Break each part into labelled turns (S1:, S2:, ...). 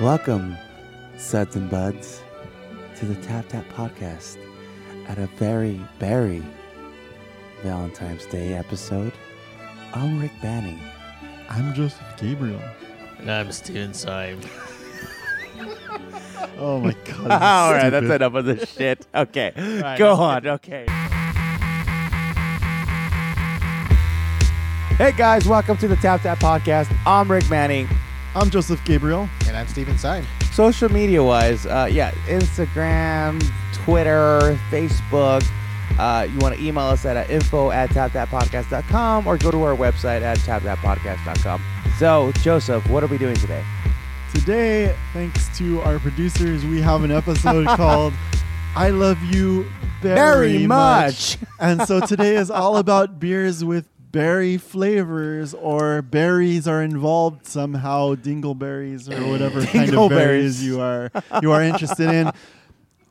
S1: Welcome, suds and buds, to the Tap Tap Podcast at a very, very Valentine's Day episode. I'm Rick Banning.
S2: I'm Joseph Gabriel.
S3: And I'm Steven Syme.
S2: Oh my god.
S1: All right, that's enough of this shit. Okay,
S3: right,
S1: go
S3: let's
S1: on. Okay. Hey guys, welcome to the Tap Tap Podcast. I'm Rick Manning.
S2: I'm Joseph Gabriel.
S4: And I'm Steven Syme.
S1: Social media wise, uh, yeah, Instagram, Twitter, Facebook. Uh, you want to email us at uh, info at tapthappodcast.com or go to our website at tapthappodcast.com. So, Joseph, what are we doing today?
S2: Today, thanks to our producers, we have an episode called I Love You Very,
S1: Very much.
S2: and so today is all about beers with berry flavors or berries are involved somehow, dingleberries or whatever kind of
S1: Dingleberries.
S2: berries you are you are interested in.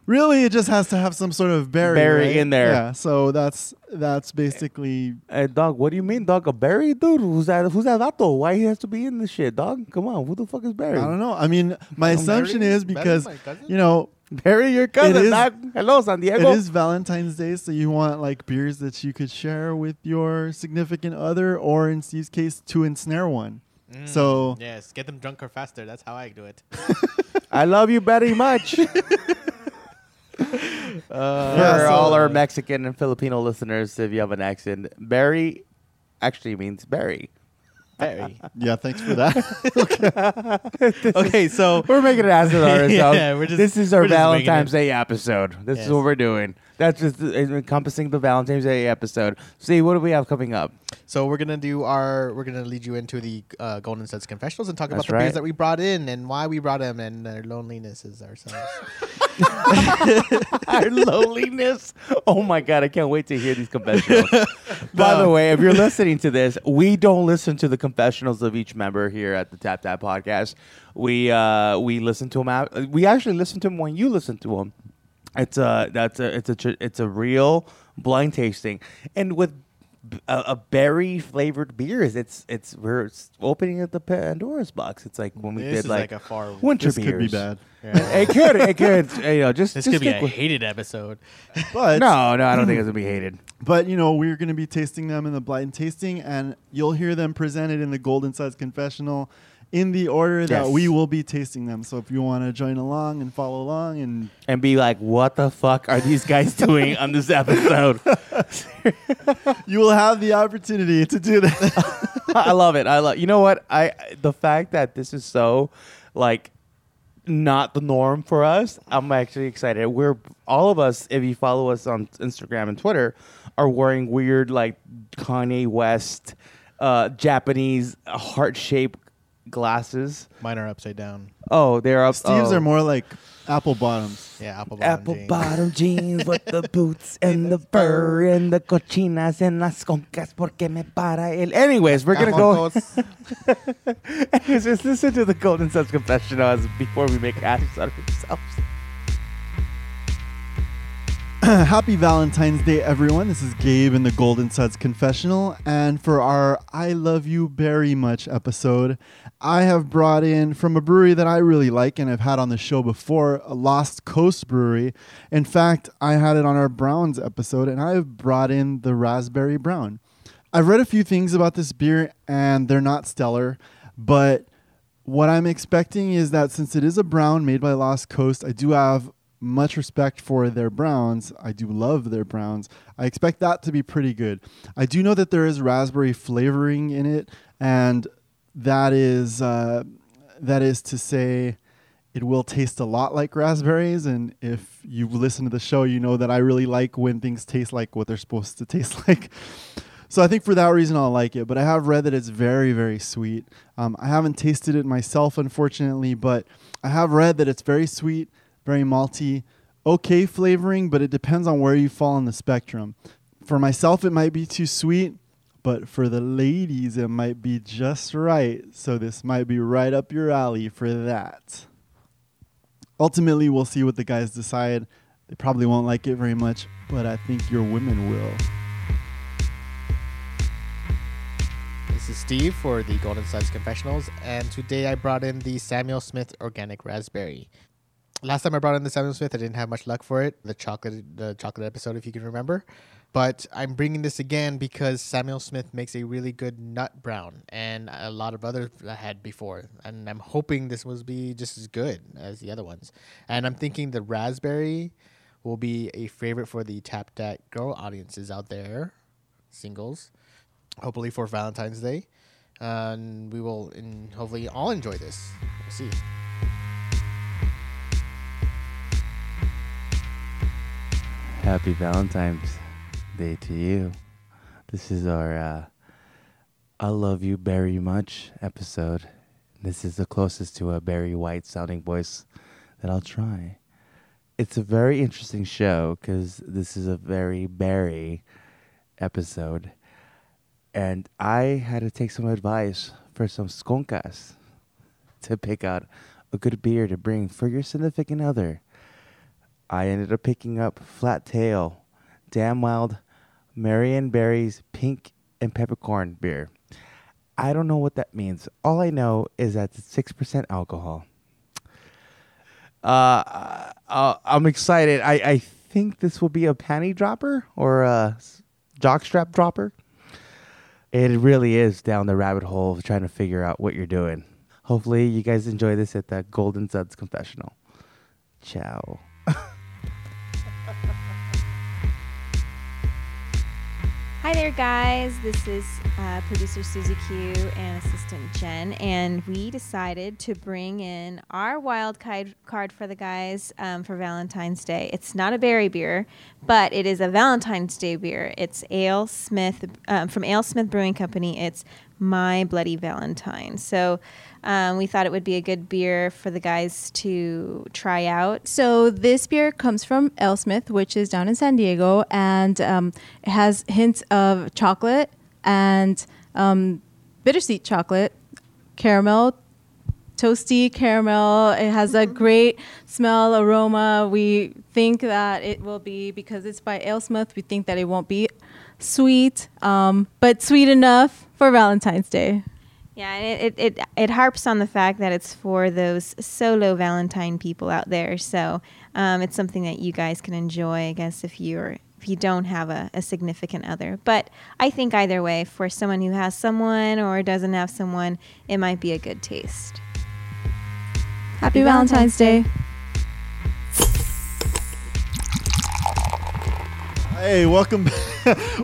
S2: Really, it just has to have some sort of berry,
S1: Berry
S2: right?
S1: in there.
S2: Yeah, so that's that's basically
S1: Hey, dog, what do you mean, dog? A Barry? Dude, who's that? Who's that vato? Why he has to be in this shit, dog? Come on, who the fuck is Barry?
S2: I don't know. I mean, my assumption
S4: Barry-
S2: is
S4: Barry's
S2: because
S4: my cousin?
S2: you know
S1: Barry, your cousin,
S2: is-
S1: dog. Hello, San
S2: it
S1: Diego.
S2: is Valentine's Day, so you want like beers that you could share with your significant other, or in Steve's case, to ensnare one.
S4: Mm.
S2: So
S4: Yes, get them drunker faster. That's how I do it.
S1: I love you very much. Uh, for
S2: so-
S1: all our Mexican and Filipino listeners, if you have an accent, Barry actually means Barry.
S4: Very.
S2: yeah, thanks for that.
S4: okay, so
S1: We're making an ass of ourselves.
S4: Yeah, we're just-
S1: this is our
S4: we're just making
S1: Valentine's Day episode. This is
S4: Yes.
S1: what we're doing. That's just uh, encompassing the Valentine's Day episode. See, what do we have coming up?
S4: so we're gonna do our we're gonna lead you into the uh, Golden Suds confessionals and talk
S1: That's
S4: about the
S1: right.
S4: beers that we brought in and why we brought them and their lonelinesses ourselves.
S1: our loneliness. Oh my god, I can't wait to hear these confessionals. Uh, By the way, if you're listening to this, we don't listen to the confessionals of each member here at the Tap Tap Podcast. We uh, we listen to them. Out, we actually listen to them when you listen to them. It's a that's a it's a tr- it's a real blind tasting, and with b- a, a berry flavored beers, it's it's we're s- opening at the Pandora's box. It's like when we
S4: This
S1: did
S4: is like a far-
S1: winter
S2: this
S1: beers.
S2: could be bad,
S1: It could it could you know just
S4: this
S1: just
S4: could be a
S1: stick with-
S4: hated episode.
S2: but
S1: no, no, I don't think it's gonna be hated.
S2: but you know we're going to be tasting them in the blind tasting, and you'll hear them presented in the Golden Size Confessional. In the order that
S1: Yes.
S2: we will be tasting them. So if you want to join along and follow along and
S1: And be like, what the fuck are these guys doing on this episode?
S2: you will have the opportunity to do that.
S1: I love it. I love. You know what? I the fact that this is so like not the norm for us. I'm actually excited. We're all of us. If you follow us on Instagram and Twitter, are wearing weird like Kanye West, uh, Japanese heart shaped glasses.
S4: Mine are upside down.
S1: Oh, they're up.
S2: Steve's
S1: oh.
S2: are more like apple bottoms.
S4: Yeah, apple bottom.
S1: Apple
S4: jeans.
S1: bottom jeans with the boots and the fur and the cochinas and las concas porque me para el. Anyways, we're gonna go.
S4: Apple
S1: Anyways, just listen to the Golden Subs confessional as before we make asses out of ourselves.
S2: Happy Valentine's Day, everyone. This is Gabe in the Golden Suds Confessional. And for our I Love You Very Much episode, I have brought in from a brewery that I really like and I've had on the show before, a Lost Coast Brewery. In fact, I had it on our Browns episode and I've brought in the Raspberry Brown. I've read a few things about this beer and they're not stellar, but what I'm expecting is that since it is a brown made by Lost Coast, I do have much respect for their browns. I do love their browns. I expect that to be pretty good. I do know that there is raspberry flavoring in it, and that is uh, that is to say, it will taste a lot like raspberries. And if you listen to the show, you know that I really like when things taste like what they're supposed to taste like. So I think for that reason I'll like it. But I have read that it's very, very sweet. Um, I haven't tasted it myself, unfortunately, but I have read that it's very sweet, very malty, okay flavoring, but it depends on where you fall on the spectrum. For myself, it might be too sweet, but for the ladies, it might be just right. So this might be right up your alley for that. Ultimately, we'll see what the guys decide. They probably won't like it very much, but I think your women will.
S4: jeans. This is Steve for the Golden Sides Confessionals, and today I brought in the Samuel Smith Organic Raspberry. Last time I brought in the Samuel Smith, I didn't have much luck for it. The chocolate, the chocolate episode, if you can remember. But I'm bringing this again because Samuel Smith makes a really good nut brown, and a lot of others I had before. And I'm hoping this will be just as good as the other ones. And I'm thinking the raspberry will be a favorite for the tap that girl audiences out there, singles hopefully for Valentine's Day. And we will and hopefully all enjoy this. We'll see.
S1: Happy Valentine's Day to you. This is our uh, I Love You Very Much episode. This is the closest to a Barry White sounding voice that I'll try. It's a very interesting show because this is a very Barry episode. And I had to take some advice for some skunkas to pick out a good beer to bring for your significant other. I ended up picking up Flat Tail, Damn Wild, Marion Berry's Pink and Peppercorn beer. I don't know what that means. All I know is that it's 6% alcohol. Uh, uh, I'm excited. I, I think this will be a panty dropper or a s- jockstrap dropper. It really is down the rabbit hole of trying to figure out what you're doing. Hopefully, you guys enjoy this at the Golden Suds Confessional. Ciao.
S5: Hi there, guys. This is uh, producer Susie Q and assistant Jen, and we decided to bring in our wild ki- card for the guys um, for Valentine's Day. It's not a berry beer, but it is a Valentine's Day beer. It's Ale Smith um, from Ale Smith Brewing Company. It's My Bloody Valentine. So um, we thought it would be a good beer for the guys to try out.
S6: So this beer comes from Elsmith, which is down in San Diego, and um, it has hints of chocolate and um, bittersweet chocolate, caramel, toasty caramel. It has a great smell aroma. We think that it will be because it's by Alesmith. We think that it won't be sweet, um, but sweet enough for Valentine's Day.
S5: Yeah, and it, it, it, it harps on the fact that it's for those solo Valentine people out there. So um, it's something that you guys can enjoy, I guess, if you're if you don't have a, a significant other. But I think either way, for someone who has someone or doesn't have someone, it might be a good taste.
S6: Happy Valentine's Day.
S2: Hey, welcome,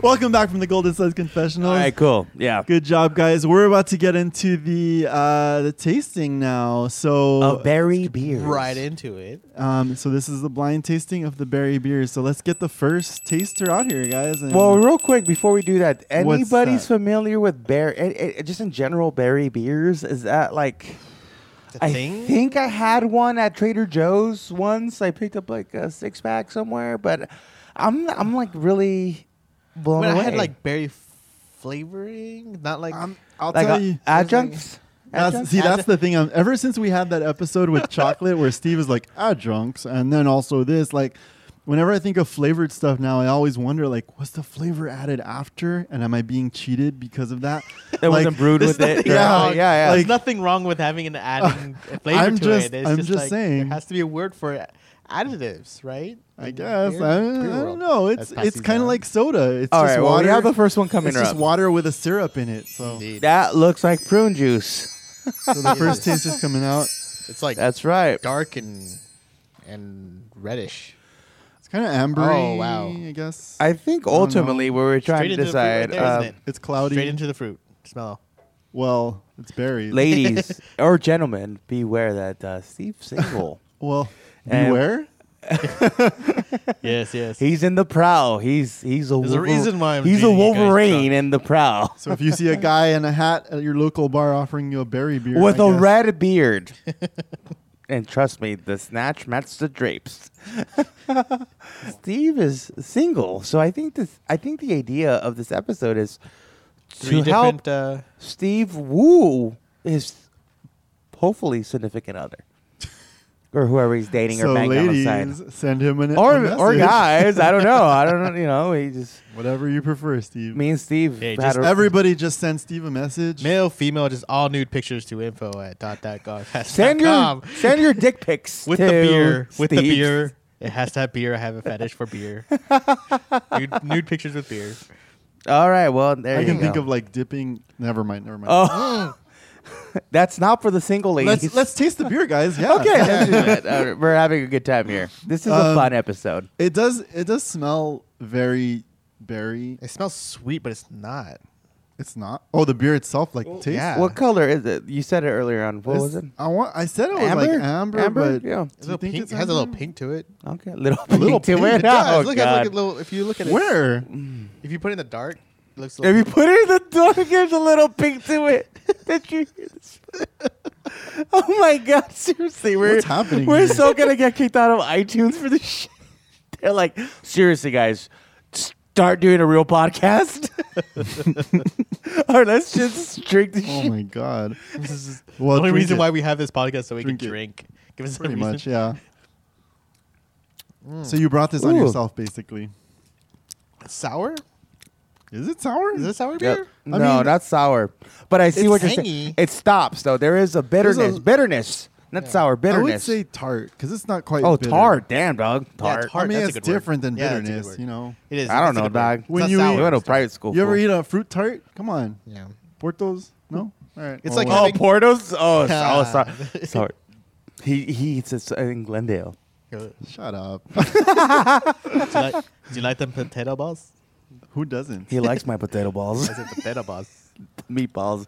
S2: welcome back from the Golden Suds Confessionals.
S1: All right, cool. Yeah.
S2: Good job, guys. We're about to get into the uh, the tasting now. So,
S1: A berry beer.
S4: Right into it.
S2: um, so this is the blind tasting of the berry beers. So let's get the first taster out here, guys. And
S1: Well, real quick before we do that,
S2: What's
S1: anybody's
S2: that?
S1: familiar with berry, eh, eh, just in general, berry beers? Is that like?
S4: The
S1: I
S4: thing.
S1: think I had one at Trader Joe's once. I picked up like a six pack somewhere, but I'm I'm like really blown
S4: when I
S1: away.
S4: had like berry f- flavoring, not like
S2: Ah,
S4: uh,
S2: I'll
S1: like uh,
S2: tell
S1: a-
S2: you.
S1: adjuncts.
S2: That's,
S1: Adjuncts?
S2: see, that's the thing. Um, ever since we had that episode with chocolate, where Steve is like adjuncts, and then also this, like, whenever I think of flavored stuff now, I always wonder, like, what's the flavor added after, and am I being cheated because of that?
S1: That wasn't brewed with it.
S2: Yeah,
S1: Yeah, yeah, yeah.
S4: There's nothing wrong with having an adding a flavor
S2: I'm
S4: to
S2: just-
S4: it. It's
S2: I'm just
S4: like,
S2: saying.
S4: There has to be a word for it. additives, right?
S2: I
S4: In
S2: guess
S4: beer-
S2: I, I
S4: beer
S2: don't
S4: world.
S2: know. It's
S4: That's Patsy's
S2: it's kind of
S4: on.
S2: like soda. It's
S1: All
S2: just
S1: right, well,
S2: water.
S1: we have the first one coming
S2: it's just
S1: up.
S2: water with a syrup in it. So,
S4: Indeed.
S1: that looks like prune juice.
S2: so the first taste is coming out.
S4: It's like
S1: That's right.
S4: dark and and reddish.
S2: It's kind of ambery.
S4: Oh, wow.
S2: I guess
S1: I think ultimately we were trying
S4: Straight
S1: to
S4: into the fruit right
S1: decide,
S4: there, isn't
S1: um,
S4: it?
S2: it's cloudy.
S4: Straight into the fruit smell.
S2: well, it's berries.
S1: ladies or gentlemen, beware that uh, Steve's single.
S2: Well,
S1: And-
S2: beware.
S3: yes, yes.
S1: He's in the prowl. He's he's a
S4: There's a
S1: Wolver-
S4: reason why I'm
S1: he's a
S4: dating you guys
S1: Wolverine
S4: drunk.
S1: in the prowl
S2: So if you see a guy in a hat at your local bar offering you a berry beer
S1: with
S2: a
S1: a red beard. and trust me, the snatch matched the drapes. Steve is single, so I think this. I think the idea of this episode is
S4: Three
S1: to help
S4: different. Uh,
S1: Steve woo his hopefully significant other. or whoever he's dating
S2: so
S1: or banging on the
S2: ladies,
S1: side.
S2: send him an a
S1: Or,
S2: message.
S1: or guys, I don't know. I don't know. You know, he just
S2: whatever you prefer, Steve.
S1: me and Steve.
S4: Yeah,
S1: had
S4: just
S1: a-
S2: Everybody just send Steve a message.
S4: Male, female, just all nude pictures to info at dot dot gov.
S1: send your send your dick pics
S4: with
S1: to
S4: the beer. With the
S1: Steve.
S4: beer. It has to have beer. I have a fetish for beer. nude, nude pictures with beer.
S1: All right, well there
S2: I
S1: you
S2: can
S1: go.
S2: think of like dipping. Never mind. Never mind.
S1: oh, that's not for the single ladies.
S2: Mm. let's let's taste the beer, guys. Yeah.
S1: okay, let's do that. All right, we're having a good time here. This is a
S2: Um,
S1: fun episode.
S2: It does. It does smell very berry.
S4: It smells sweet, but it's not.
S2: It's not. Oh, the beer itself, like taste.
S4: yeah.
S1: What color is it? You said it earlier on. What
S2: It's-
S1: was it?
S2: I want. I said it was like amber, but
S1: yeah.
S4: It's
S2: Do you
S4: a little
S2: think
S4: pink.
S2: it's
S4: It has a little
S2: amber?
S4: pink to it.
S1: Okay, little
S2: A
S1: pink
S2: little
S1: to
S2: pink,
S1: it.
S2: it
S1: Oh
S4: does. look at
S1: god!
S4: look at little. If you look at it,
S2: where?
S4: If you put it in the dark, it looks. a
S1: if
S4: little-
S1: you put it in the door, there's a little pink to it. Did you hear this? oh my god! Seriously, we're
S2: What's happening
S1: We're
S2: here?
S1: so gonna get kicked out of iTunes for this shit. They're like, seriously, guys, start doing a real podcast. or let's just drink the
S2: Oh
S1: shit.
S2: my god.
S4: this is the
S2: Well,
S4: only
S2: drink
S4: reason
S2: it.
S4: why we have this podcast so we
S2: Drink it.
S4: can drink. Give us a
S2: Pretty
S4: reason. Mm.
S2: much, yeah. So you brought this on
S1: Ooh.
S2: yourself, basically.
S4: Sour?
S2: Is it sour?
S4: Is it sour
S1: Yeah.
S4: beer?
S1: No,
S2: mean-
S1: not sour. But I see
S4: It's
S1: what you're saying.
S4: tangy.
S1: It stops though. There is a bitterness. bitterness, not sour.
S2: I
S1: Bitterness.
S2: would say tart because it's not quite.
S1: oh,
S2: bitter.
S1: tart. Damn, dog.
S4: Yeah,
S1: Tart.
S4: tart.
S2: I mean,
S4: That's a
S2: it's
S4: good word.
S2: different than
S4: Yeah, that's a good
S2: bitterness.
S4: word.
S2: you know.
S4: It is.
S1: I don't
S4: It's a
S1: know,
S4: good word.
S1: dog.
S4: It's
S2: When
S4: not
S2: you
S4: sour.
S2: eat-
S1: You went to private school.
S2: You ever
S1: fool.
S2: eat a fruit tart? Come on,
S4: Yeah.
S2: Portos. No. All right.
S4: It's
S2: Well,
S4: like
S2: well.
S1: Oh, Portos. Oh, it's- oh,
S4: Ah.
S1: sorry. sorry. He he eats it in Glendale.
S4: Good.
S2: Shut up.
S4: Do you, like, do you like them potato balls?
S2: Who doesn't?
S1: He likes my potato balls,
S4: I said potato balls.
S1: meatballs.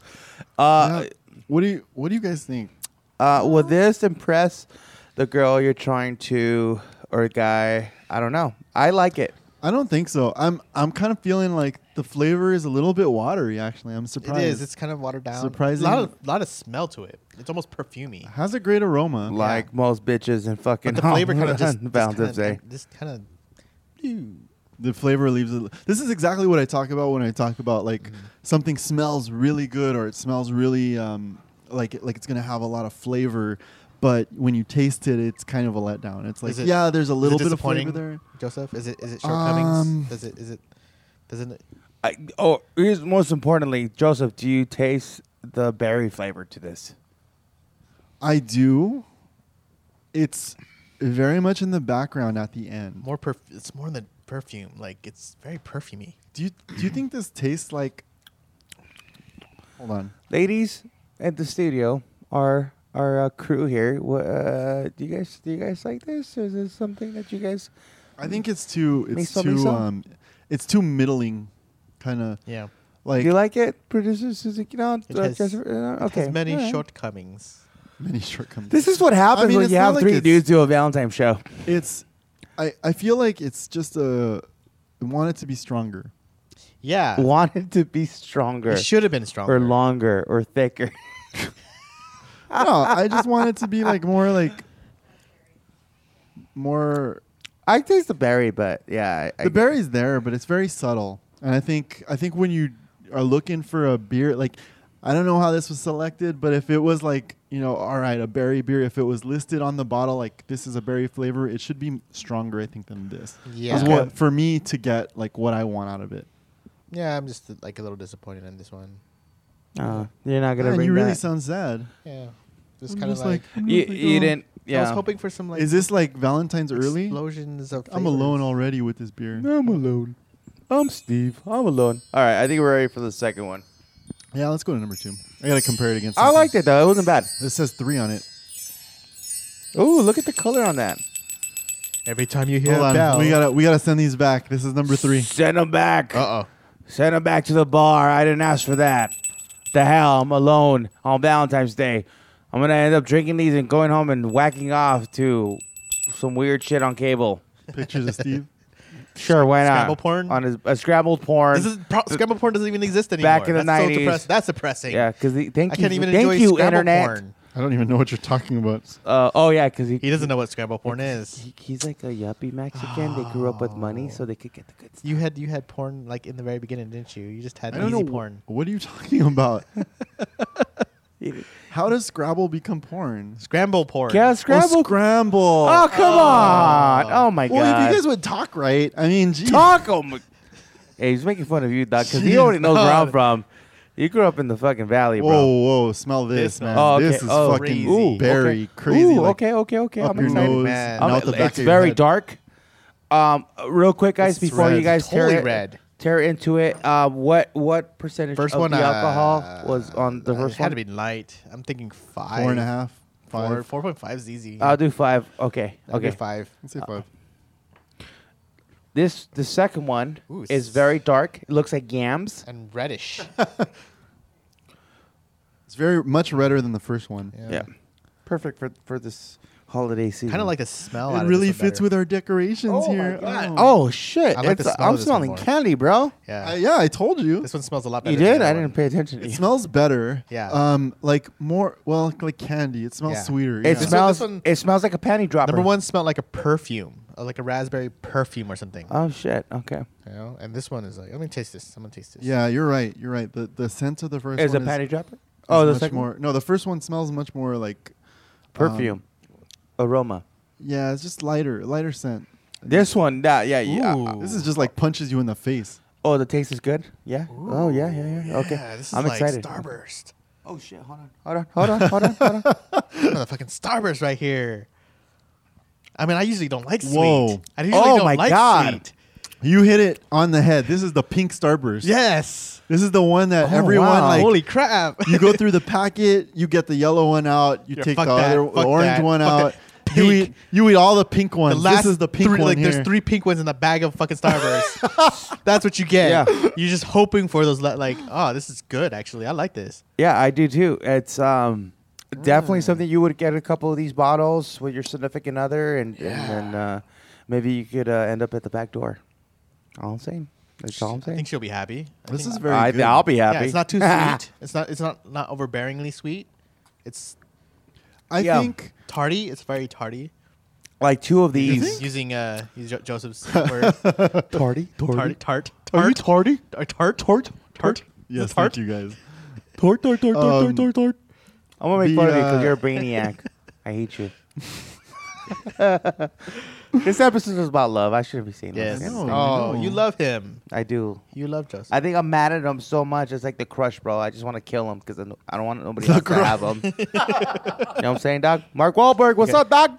S1: Uh,
S2: Yeah. what do you What do you guys think?
S1: uh, will this impress the girl you're trying to or guy? I don't know. I like it.
S2: I don't think so. I'm I'm kind of feeling like the flavor is a little bit watery. Actually, I'm
S4: It
S2: surprised.
S4: is. It's kind of watered down.
S2: Surprising.
S4: A lot of, lot of smell to it. It's almost perfumey.
S2: has a great aroma.
S1: Like most bitches and fucking
S4: But the flavor kind of just
S1: Valentine's Day.
S4: Just kind of.
S2: the flavor leaves. It. This is exactly what I talk about when I talk about like something smells really good or it smells really um, like like it's gonna have a lot of flavor, but when you taste it, it's kind of a letdown. It's like
S4: Is it-
S2: yeah, there's a
S4: Is it
S2: little bit of
S4: disappointing,
S2: flavor there.
S4: Joseph, is it is it shortcomings?
S2: Um,
S4: Does it is it doesn't it,
S1: I, oh, here's most importantly, Joseph. Do you taste the berry flavor to this?
S2: I do. It's very much in the background at the end.
S4: more perf- It's more than perfume. Like it's very perfumey.
S2: Do you do you think this tastes like? Hold on.
S1: ladies at the studio, our our uh, crew here. wha- Uh, do you guys do you guys like this? Is this something that you guys?
S2: I think it's too. It's
S1: Miso,
S2: too.
S1: miso?
S2: Um, it's too middling, kind of
S4: Yeah.
S2: like,
S1: do you like it, producer Suzuki? No,
S4: It
S1: uh,
S4: has-
S1: Joseph, uh,
S4: It
S1: okay.
S4: has many
S1: all right.
S4: shortcomings.
S2: many shortcomings.
S1: This is what happens
S2: I mean,
S1: when
S2: it's
S1: you
S2: not
S1: have
S2: like
S1: three
S2: it's-
S1: dudes do a Valentine show.
S2: It's. I I feel like it's just a. I want it to be stronger.
S4: Yeah.
S1: Wanted to be stronger,
S4: Uh, It should have been stronger.
S1: or longer, or thicker.
S2: I don't. know, I just want it to be like more like. More.
S1: I taste the berry, but yeah, I,
S2: The berry's there, but it's very subtle, and I think I think when you are looking for a beer, like I don't know how this was selected, but if it was like you know, all right, a berry beer, if it was listed on the bottle like this is a berry flavor, it should be stronger, I think, than this.
S4: Yeah.
S2: Is what for me to get like what I want out of it.
S4: Yeah, I'm just like a little disappointed in this one.
S1: Uh, you're not gonna.
S2: Man,
S1: bring
S2: you really
S1: that.
S2: sound sad.
S4: Yeah. Just
S2: I'm
S4: kind of
S2: just
S4: like,
S2: I'm
S1: You,
S2: just like,
S1: you
S2: oh.
S1: didn't. Yeah.
S4: I was hoping for some like
S2: Is this like Valentine's early?
S4: explosions of
S2: I'm
S4: flavors.
S2: alone already with this beer.
S1: I'm alone. I'm Steve. I'm alone. All right, I think we're ready for the second one.
S2: Yeah, let's go to number two. I gotta compare it against.
S1: I liked it though. It wasn't bad.
S2: This says three on it.
S1: Ooh, look at the color on that.
S4: Every time you hear
S2: Hold
S4: a
S2: on,
S4: bell,
S2: we gotta we gotta send these back. This is number three.
S1: Send them back.
S4: Uh oh.
S1: Send them back to the bar. I didn't ask for that. The hell, I'm alone on Valentine's Day. I'm gonna end up drinking these and going home and whacking off to some weird shit on cable.
S2: Pictures of Steve.
S1: Sure, why not?
S4: Scramble porn?
S1: on his a scrambled porn.
S4: This is pro- scramble porn doesn't even exist anymore.
S1: Back in the
S4: That's so
S1: 90s.
S4: depress- That's depressing.
S1: yeah, because thank you,
S4: I can't even
S1: thank
S4: enjoy
S1: you,
S4: scramble
S1: internet.
S4: porn.
S2: I don't even know what you're talking about.
S1: Uh, oh yeah, because he,
S4: He doesn't know what scramble porn is.
S1: He, he's like a yuppie Mexican. They grew up with money, so they could get the good stuff.
S4: You had you had porn like in the very beginning, didn't you? You just had
S2: I don't
S4: easy
S2: know.
S4: porn.
S2: What are you talking about? How does Scrabble become porn?
S4: Scramble porn.
S1: Yeah,
S2: Oh,
S1: Scrabble.
S2: scramble.
S1: Oh, come on. Oh, my
S2: well,
S1: God.
S2: if you guys would talk right, I mean, geez.
S1: Talk, oh my- Hey, he's making fun of you, Doc, because he
S2: Jeez,
S1: already knows where I'm
S2: Doc.
S1: from. You grew up in the fucking valley,
S2: Whoa,
S1: bro.
S2: whoa! Smell this,
S4: This
S2: man.
S1: Oh, okay.
S2: This is
S1: Oh,
S2: fucking
S1: crazy.
S2: very
S1: Ooh, okay.
S2: crazy.
S1: Ooh,
S2: like,
S1: okay, okay, okay.
S2: Up
S1: I'm
S2: your
S1: excited.
S2: nose,
S4: man.
S2: and
S1: I'm-
S2: out the back
S1: it's
S2: of your
S1: very
S2: head.
S1: dark. Um, real quick, guys,
S4: It's
S1: before
S2: red.
S1: you guys
S4: Totally
S1: tear it,
S4: red.
S1: tear into it, uh, what what percentage
S4: First
S1: of
S4: one.
S1: the
S4: uh,
S1: alcohol was on the first
S4: it had
S1: one?
S4: to be light. I'm thinking five.
S2: Four and a half, five.
S4: Four, four point five is easy.
S1: Uh, I'll do five. Okay,
S4: That'd be
S1: okay.
S4: Five. Uh,
S2: Let's say five.
S1: This the second one
S4: Ooh,
S1: is
S4: s-
S1: very dark. It looks like yams.
S4: And reddish.
S2: It's very much redder than the first one.
S1: Yeah, perfect for for this holiday season.
S4: Kind of like the smell.
S2: It really fits with our decorations
S1: Oh,
S2: here.
S1: my God.
S2: Oh,
S1: oh shit!
S4: I like
S1: It's-
S4: the smell
S1: I'm
S4: of this one
S1: smelling
S4: more.
S1: candy, bro.
S4: Yeah.
S2: I- yeah, I told you.
S4: this one smells a lot better.
S1: You
S4: than
S1: did?
S4: the
S1: I
S4: other
S1: didn't
S4: one.
S1: pay attention to
S2: It
S1: you.
S2: smells better.
S4: Yeah.
S2: Um, like more. Well, like candy. It smells
S4: Yeah.
S2: sweeter.
S1: It
S2: yeah.
S4: this
S1: smells.
S4: one-
S1: it smells like a panty dropper.
S4: Number one smelled like a perfume, uh, like a raspberry perfume or something.
S1: Oh shit. Okay.
S4: you know? And this one is like, let me taste this. I'm gonna taste this.
S2: Yeah, you're right. You're right. The the scent of the first
S1: Is a
S2: one
S1: panty
S2: is,
S1: dropper?
S2: is
S1: Oh, the
S2: much
S4: um,
S1: second
S2: more. No, the first one smells much more like
S1: perfume, aroma.
S2: Yeah, it's just lighter, lighter scent.
S1: This one, nah, yeah, yeah.
S4: Ooh.
S2: This is just like punches you in the face.
S1: Oh, the taste is good. Yeah. Oh yeah, yeah, yeah. Okay.
S4: Yeah, this is
S1: I'm
S4: like
S1: excited.
S4: Starburst.
S1: Oh shit! Hold on. Hold on. Hold on. Hold on. Hold on.
S4: the fucking Starburst right here. I mean, I usually don't like sweet.
S2: Whoa.
S4: I usually
S1: Oh
S4: don't
S1: my
S4: like
S1: God.
S4: sweet.
S2: You hit it on the head. This is the pink starburst.
S4: Yes.
S2: This is the one that
S1: Oh,
S2: everyone
S1: wow.
S2: like.
S4: Holy crap.
S2: you go through the packet, you get the yellow one out, you
S4: Yeah,
S2: take the
S4: fuck that,
S2: other
S4: fuck
S2: the orange
S4: that,
S2: one
S4: fuck
S2: out.
S4: that.
S2: You
S4: Pink.
S2: eat you eat all the pink ones. this is the pink
S4: three,
S2: one
S4: Like
S2: here.
S4: there's three pink ones in the bag of fucking Starburst. That's what you get.
S1: Yeah.
S4: You're just hoping for those. le- Like, oh, this is good. Actually, I like this.
S1: Yeah, I do too. It's um definitely
S4: Hmm.
S1: something you would get a couple of these bottles with your significant other, and and then uh, maybe you could uh, end up at the back door. All I'm saying. That's all I'm
S4: I
S1: saying.
S4: think she'll be happy. I
S2: This
S4: think-
S2: is very
S1: I,
S2: good.
S1: I'll be happy.
S4: Yeah, it's not too sweet. It's not. It's not not overbearingly sweet. It's
S2: I
S1: Yeah.
S2: think
S4: tardy. It's very tardy.
S1: like two of
S4: He's
S1: these.
S4: using uh, he's jo- Joseph's word.
S1: Tardy.
S4: tart, tart,
S2: Are you
S4: tart,
S2: tardy?
S4: tart, tart, tart, tart.
S2: Yes,
S4: tart.
S2: thank you guys.
S1: Tort, tort, tort,
S2: tort, Um, tort,
S1: I'm gonna make
S2: the,
S1: fun of you
S2: uh,
S1: because you're a brainiac. I hate you. this episode is about love. I shouldn't be saying
S4: Yes.
S1: that.
S2: know,
S4: oh,
S2: I know.
S4: you love him.
S1: I do.
S4: You love Joseph.
S1: I think I'm mad at him so much. It's like the crush, bro. I just want to kill him because I don't- I don't want nobody else to have him. you know what I'm saying, Doc? Mark Wahlberg, what's
S4: Okay.
S1: up, Doc?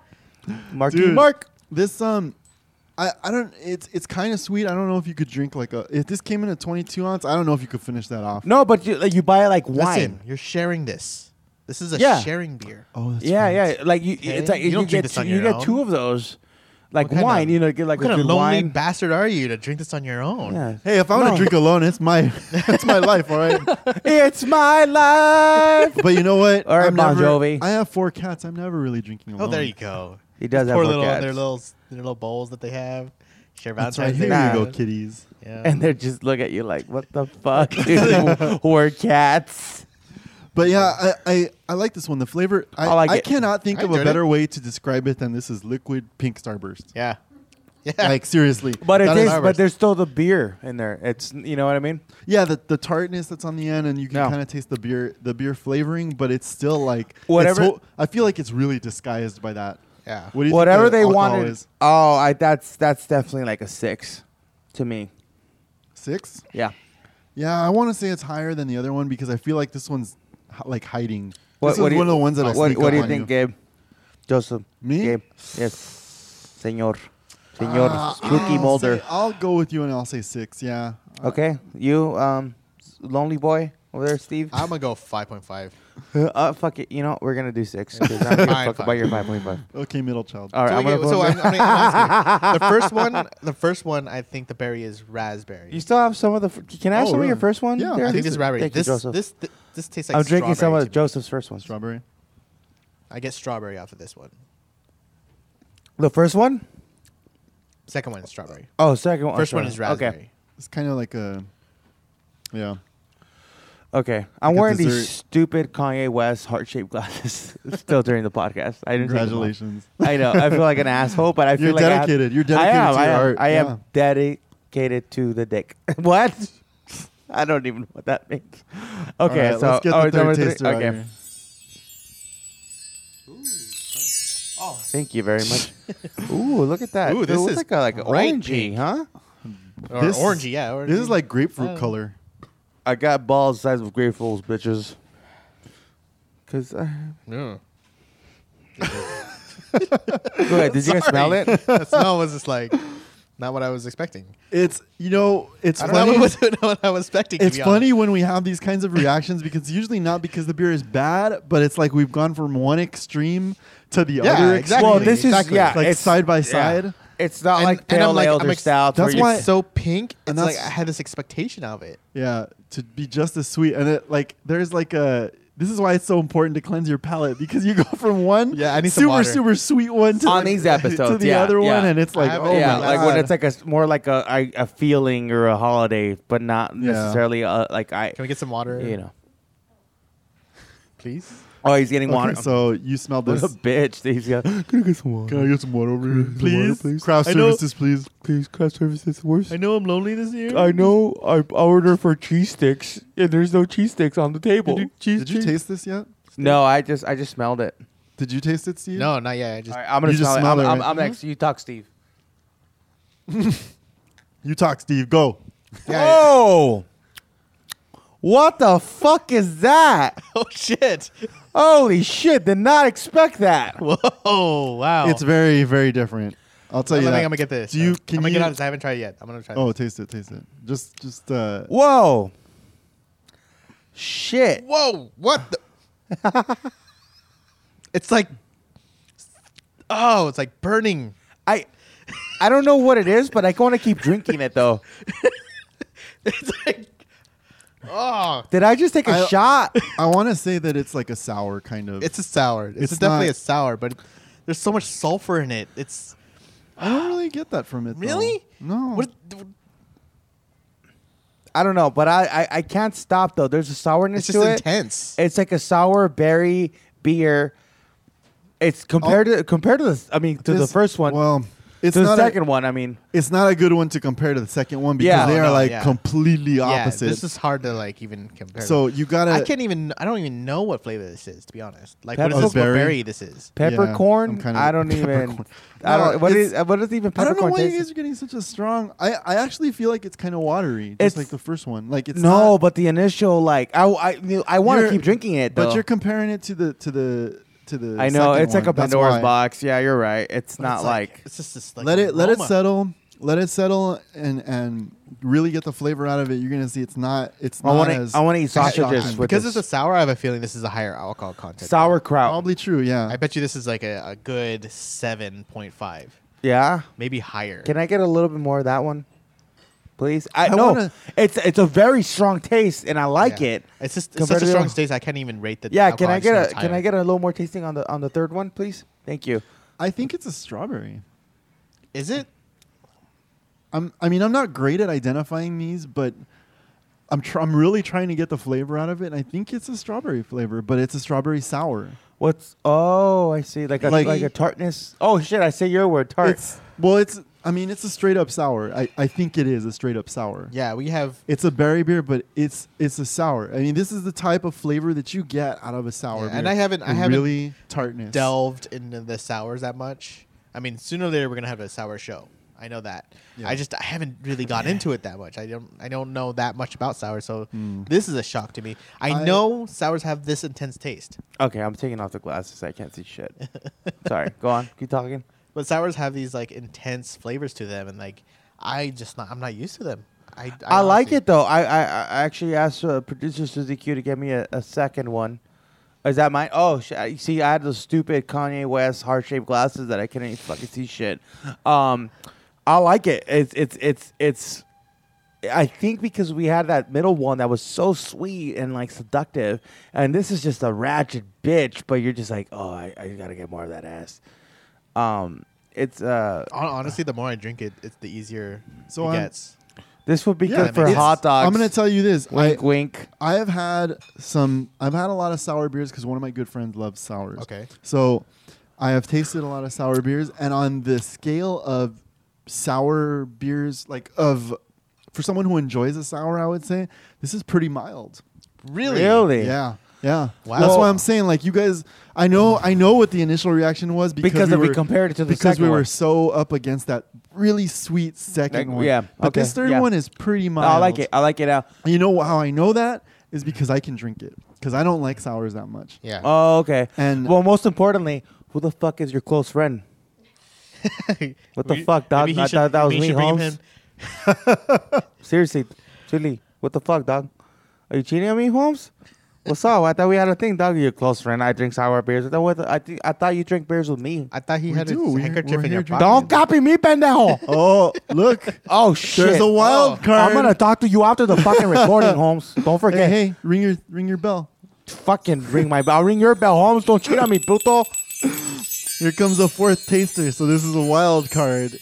S1: Marky
S2: Dude.
S1: Mark.
S2: This um I, I don't it's it's kind of sweet. I don't know if you could drink like a if this came in a 22 ounce, I don't know if you could finish that off.
S1: No, but you, like, you buy like wine.
S4: Listen, you're sharing this. This is a
S1: Yeah.
S4: sharing beer.
S2: Oh, that's
S1: yeah,
S2: right.
S1: yeah. Like you,
S4: Okay.
S1: it's like
S4: You
S1: you,
S4: don't drink
S1: get
S4: this
S1: two,
S4: on
S1: you
S4: your
S1: get two
S4: own.
S1: of those, like
S4: kinda-
S1: wine. you know, get like
S4: what
S1: a
S4: kind
S1: good
S4: of lonely
S1: wine.
S4: bastard are you to drink this on your own?
S1: Yeah.
S2: Hey, if I want to
S1: No.
S2: drink alone, it's my it's my life, all right?
S1: it's my life.
S2: But you know what?
S1: All right,
S2: I'm
S1: Bon
S2: never,
S1: Jovi.
S2: I have four cats. I'm never really drinking
S4: Oh,
S2: alone.
S4: there you go.
S1: He does have
S4: Poor
S1: four
S4: little
S1: cats.
S4: their little their little bowls that they have. Share
S2: That's
S4: Valentine's
S2: right. Here
S4: Day.
S1: Nah.
S2: you go, kitties.
S4: Yeah.
S1: and they just look at you like, "What the fuck, dude? We're cats."
S2: But yeah, I, I, I like this one. The flavor, I,
S1: I like
S2: I
S1: it.
S2: cannot think
S4: I
S2: of a
S4: enjoyed
S2: better way to describe it than this is liquid pink starburst.
S4: yeah. Yeah.
S2: Like seriously,
S1: But it
S2: That
S1: is. But there's still the beer in there. It's you know what I mean.
S2: yeah, the, the tartness that's on the end, and you can
S1: No.
S2: kind of taste the beer the beer flavoring, but it's still like it's
S1: Whatever-
S2: so- I feel like it's really disguised by that.
S4: yeah.
S2: What do you
S1: Whatever
S2: think the
S1: they
S2: alcohol
S1: wanted.
S2: is?
S1: Oh, I that's that's definitely like a six, to me.
S2: six.
S1: Yeah.
S2: Yeah, I want to say it's higher than the other one because I feel like this one's h- like hiding. this
S1: do
S2: is
S1: you-
S2: one of the ones that'll
S1: What,
S2: sneak
S1: what
S2: up
S1: do you
S2: on
S1: think, Gabe? Joseph.
S2: Me?
S1: Gabe. Yes. Senor. Senor. Cookie
S2: I'll
S1: Mulder.
S2: ah, say- I'll go with you and I'll say six. Yeah.
S1: Okay. You, um, s- lonely boy over there, Steve.
S4: I'm gonna go 5.5.
S1: uh, fuck it. You know what? we're gonna do six because I'm gonna
S4: Fine,
S1: fuck
S4: fine.
S1: about your five point five.
S2: Okay, middle child.
S1: All right.
S4: so
S1: I'm
S4: wait,
S1: gonna
S4: so
S1: put-
S4: I'm, I'm gonna- the first one, the first one, I think the berry is raspberry.
S1: you still have some of the. fir- Can I have
S2: Oh,
S1: some of your
S2: really?
S1: first one?
S2: Yeah,
S1: there?
S4: I think this is raspberry.
S1: Thank
S4: this,
S1: you, Joseph.
S4: this, this, this tastes like
S1: I'm drinking some
S4: strawberry
S1: of
S4: to me.
S1: Joseph's first ones.
S2: Strawberry.
S4: I get strawberry off of this one.
S1: The first one?
S4: Second one is strawberry.
S1: Oh, second one.
S4: First one
S1: sorry.
S4: is raspberry.
S1: Okay.
S2: It's kind of like a. Yeah.
S1: Okay, I'm
S2: Like a
S1: wearing
S2: dessert.
S1: these stupid Kanye West heart shaped glasses still during the podcast. I didn't take them off.
S2: Congratulations.
S1: I know. I feel like an asshole, but I feel
S2: You're
S1: like I have-
S2: dedicated. You're dedicated
S1: I am,
S2: to
S1: I
S2: your
S1: am,
S2: art.
S1: I
S2: Yeah.
S1: am dedicated to the dick. what? I don't even know what that means. Okay,
S2: All right,
S1: so
S2: let's get
S1: oh,
S2: the
S1: it's number
S2: third
S1: three.
S2: taster. out
S1: Okay,
S2: here.
S1: Oh, thank you very much. Ooh, look at that.
S2: Ooh,
S1: It
S2: this
S1: looks
S2: is
S1: like a, like an
S4: bright
S1: orangey,
S4: pink.
S1: huh?
S4: Or
S2: This-
S4: orangey, yeah. Orangey.
S2: This is like grapefruit
S4: Oh.
S2: color.
S1: I got balls the size of gratefuls, bitches. Cause I...
S4: Yeah.
S1: go ahead. Did you guys smell it?
S4: that smell was just like not what I was expecting.
S2: It's you know it's
S4: I don't know
S2: funny.
S4: what, not what I was expecting. to
S2: It's
S4: be
S2: funny when we have these kinds of reactions because usually not because the beer is bad, but it's like we've gone from one extreme to the
S4: Yeah,
S2: other.
S4: exactly,
S2: extreme.
S1: Well, Oh, this is-
S2: Exactly.
S1: yeah,
S2: It's like
S1: it's-
S2: side by
S1: yeah.
S2: side.
S1: It's not
S4: And-
S1: like
S4: and I'm
S1: pale
S4: like-
S1: ale
S4: I'm
S1: or
S4: ex-
S1: stouts.
S2: that's
S1: where you-
S2: why-
S4: honest. so pink.
S2: And
S4: It's like
S2: that's-
S4: I had this expectation of it.
S2: Yeah, to be just as sweet, and it like there's like a. This is why it's so important to cleanse your palate because you go from one
S4: Yeah, I need some
S2: super
S4: water.
S2: super sweet one to
S1: On
S2: the,
S1: these
S2: to
S1: episodes,
S2: the
S1: yeah,
S2: other
S1: yeah.
S2: one, and it's like
S4: I
S2: oh
S4: haven't-
S2: my
S1: yeah, like when
S2: God.
S1: it's like a s- more like a, a a feeling or a holiday, but not
S2: Yeah.
S1: necessarily uh like I,
S4: Can we get some water,
S1: you know.
S4: please?
S1: Oh, he's getting
S2: Okay,
S1: water.
S2: so you smell
S1: what
S2: this.
S1: a bitch! that He's got. Can I get some water?
S2: I get some water over here,
S1: Please?
S2: please? Craft
S1: I know-
S2: services, please.
S1: Please, craft services worse.
S3: I know I'm lonely this year.
S1: I know I ordered for cheese sticks and there's no cheese sticks on the table.
S2: Did you taste this yet?
S1: No, I just I just smelled it.
S2: Did you taste it, Steve?
S4: No, not yet. I just
S1: All right, I'm gonna
S2: You just
S1: smell,
S2: smell
S1: it.
S2: it,
S1: I'm,
S2: right?
S1: I'm, I'm next. You talk, Steve.
S2: You talk, Steve. Go.
S4: Yeah,
S1: Oh! Whoa! What the fuck is that?
S4: oh shit!
S1: Holy shit! Did not expect that.
S4: Whoa! Wow.
S2: It's very, very different. I'll tell
S4: I
S2: you
S4: don't
S2: that.
S4: think I'm gonna get this.
S2: Do you?
S4: I'm
S2: Can
S4: gonna
S2: you?
S4: get out this. I haven't tried it yet. I'm gonna try.
S2: oh, taste it, taste it. Just, just. uh
S1: Whoa! Shit!
S4: This. Whoa! What? the... it's like, oh, it's like burning.
S1: I I don't know what it is, but I want to keep drinking it though.
S4: It's like, oh,
S1: Did I just take a
S2: I-
S1: shot?
S2: I want to say that it's like a sour kind of.
S4: it's a sour. It's,
S2: It's
S4: definitely
S2: not-
S4: a sour, but there's so much sulfur in it. It's
S2: I don't really get that from it. though.
S4: really
S2: No.
S4: What,
S1: I don't know, but I I, I can't stop though. There's a sourness
S4: it's
S1: to
S4: just
S1: it.
S4: intense.
S1: It's like a sour berry beer. It's compared to compared to the I mean to the
S2: This-
S1: first one.
S2: Well, it's
S1: to the
S2: not.
S1: second
S2: a,
S1: one, I mean.
S2: it's not a good one to compare to the second one because
S1: Yeah.
S2: they
S1: No,
S2: are
S4: no,
S2: like
S4: yeah.
S2: completely opposite.
S4: Yeah, this is hard to like even compare.
S2: so you gotta.
S4: I can't even. I don't even know what flavor this is, to be honest. Like, what
S1: Pepper-
S4: is this? What
S2: Berry?
S4: berry this is?
S1: Peppercorn?
S2: I'm kinda-
S1: I don't even
S2: peppercorn.
S1: I don't
S2: No,
S1: what
S2: it's-
S1: is what does even
S2: I
S1: peppercorn
S2: don't know why
S1: taste?
S2: you guys are getting such a strong. I, I actually feel like it's kind of watery, just
S1: It's-
S2: like the first one. Like it's
S1: no,
S2: not-
S1: but the initial like I I, I want to
S2: You're-
S1: keep drinking it though.
S2: But you're comparing it to the to the to the.
S1: I know
S2: second
S1: it's like
S2: one.
S1: a
S2: That's
S1: Pandora's
S2: why.
S1: box. Yeah, you're right. It's
S4: But
S1: not
S4: it's
S1: like,
S4: it's just this. Like,
S2: let it let it
S4: aroma.
S2: settle. Let it settle and and really get the flavor out of it. You're gonna see it's not it's
S1: I
S2: not
S1: want
S2: as
S1: to I want to eat sausages
S2: shocking.
S1: with
S4: because
S1: this
S4: it's a sour. I have a feeling this is a higher alcohol content.
S1: sauerkraut.
S2: probably true. Yeah,
S4: I bet you this is like a, a good seven point five,
S1: Yeah.
S4: maybe higher.
S1: Can I get a little bit more of that one? Please. I,
S2: I
S1: no.
S2: wanna-
S1: it's it's a very strong taste and I like it.
S4: It's just it's
S1: compared
S4: such
S1: to
S4: a
S1: the
S4: strong
S1: other-
S4: taste. I can't even rate the.
S1: Yeah, can I
S4: alcohol,
S1: get
S4: it's
S1: a
S4: not
S1: can I
S4: higher.
S1: get a little more tasting on the on the third one, please? Thank you.
S2: I think it's a strawberry.
S4: Is it?
S2: I'm I mean I'm not great at identifying these, but I'm tr- I'm really trying to get the flavor out of it. And I think it's a strawberry flavor, but it's a strawberry sour.
S1: What's oh I see like a like,
S2: Like-
S1: a tartness. Oh shit! I say your word tart.
S2: It's well, it's I mean it's a straight up sour. I I think it is a straight up sour.
S4: Yeah, we have.
S2: It's a berry beer, but it's it's a sour. I mean, this is the type of flavor that you get out of a sour
S4: Yeah,
S2: beer.
S4: and I haven't- I
S2: A
S4: haven't
S2: really tartness.
S4: delved into the sours that much. I mean, sooner or later we're gonna have a sour show. I know that.
S2: Yeah.
S4: I just I haven't really got into it that much. I don't I don't know that much about sour, so
S1: Hmm.
S4: this is a shock to me. I,
S2: I-
S4: know sours have this intense taste,
S1: okay, I'm taking off the glasses. I can't see shit. Sorry. Go on. Keep talking.
S4: but sours have these like intense flavors to them, and like I just not I'm not used to them. I
S1: I, like
S4: honestly-
S1: it though. I I, I actually asked uh, producer Suzy Q to get me a, a second one. Is that mine? Oh, sh- I- see, I had those stupid Kanye West heart shaped glasses that I couldn't even fucking see shit. Um, I like it. It's it's it's it's. I think because we had that middle one that was so sweet and like seductive, and this is just a ratchet bitch. But you're just like, oh, I, I gotta get more of that ass. Um, it's uh,
S4: Hon- Honestly, the more I drink it, it's the easier
S2: So
S4: it
S2: I'm-
S4: gets.
S1: this would be
S2: Yeah,
S1: good for
S2: it's-
S1: hot dogs.
S2: I'm gonna tell you this. I,
S1: wink, wink.
S2: I have had some. I've had a lot of sour beers because one of my good friends loves sours.
S4: Okay.
S2: So I have tasted a lot of sour beers, and on the scale of sour beers, like of for someone who enjoys a sour, I would say this is pretty mild.
S4: Really?
S1: Really?
S2: Yeah. Yeah.
S4: Wow.
S2: That's why I'm saying like you guys I know I know what the initial reaction was because,
S1: Because
S2: we,
S1: if we
S2: were,
S1: compared it to the
S2: because
S1: second
S2: we were
S1: one.
S2: so up against that really sweet second
S1: Like,
S2: one.
S1: yeah,
S2: But
S1: okay,
S2: this third
S1: yeah.
S2: one is pretty mild.
S1: I like it. I like it now.
S2: You know how I know that is because I can drink it cuz I don't like sours that much.
S4: Yeah.
S1: Oh, okay.
S2: And-
S1: well, most importantly, who the fuck is your close friend? What the
S3: We-
S1: fuck, dog?
S3: maybe he
S1: I
S3: should-
S1: thought that was
S3: maybe he
S1: me,
S3: should bring him
S1: Holmes.
S3: in.
S1: Seriously, Julie, what the fuck, dog? Are you cheating on me, Holmes? What's up? I thought we had a thing, dog. You're a close friend. I drink sour beers. I thought, what the- I, thi- I thought you drink beers with me.
S4: I thought he
S2: We
S4: had
S2: do.
S4: his
S2: We're-
S4: handkerchief
S2: we're
S4: in
S2: here
S4: your
S2: drinking.
S4: pocket.
S1: Don't copy me, pendejo.
S2: Oh, look.
S1: oh shit.
S2: There's a wild
S4: Oh.
S2: card.
S1: I'm gonna talk to you after the fucking recording, Holmes. Don't
S2: Hey,
S1: forget.
S2: hey, ring your ring your bell.
S1: Fucking ring my bell. Ring your bell, Holmes. Don't cheat on me, puto.
S2: Here comes a fourth taster. So this is a wild card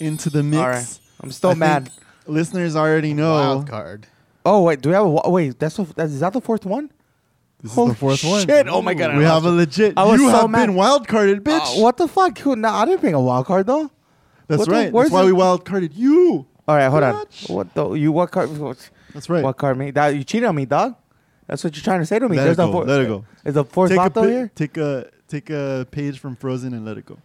S2: into the mix.
S1: All right. I'm still
S2: I
S1: mad.
S2: think Listeners already know
S4: Wild card.
S1: Oh wait, do we have a wa- wait? That's a, that, is that the fourth one?
S2: this
S1: Holy
S2: is the fourth one.
S1: shit. Oh my God, I
S2: We
S1: lost
S2: have a legit.
S1: I was
S2: you
S1: so
S2: have
S1: mad.
S2: been wild carded, bitch.
S1: Uh, what the fuck? Who, no, I didn't bring a wild card though.
S2: That's
S1: What the-
S2: right.
S1: where's
S2: That's why
S1: the-
S2: we wild carded you.
S1: All right, hold on.
S2: Bitch.
S1: What the you what card? What,
S2: That's right.
S1: what card me? That you cheated on me, dog. That's what you're trying to say to me.
S2: Let
S1: There's
S2: it
S1: a
S2: go,
S1: four-
S2: let it go.
S1: Is the fourth
S2: Take a,
S1: Vato
S2: pi-
S1: here?
S2: take a take a page from Frozen and let it go.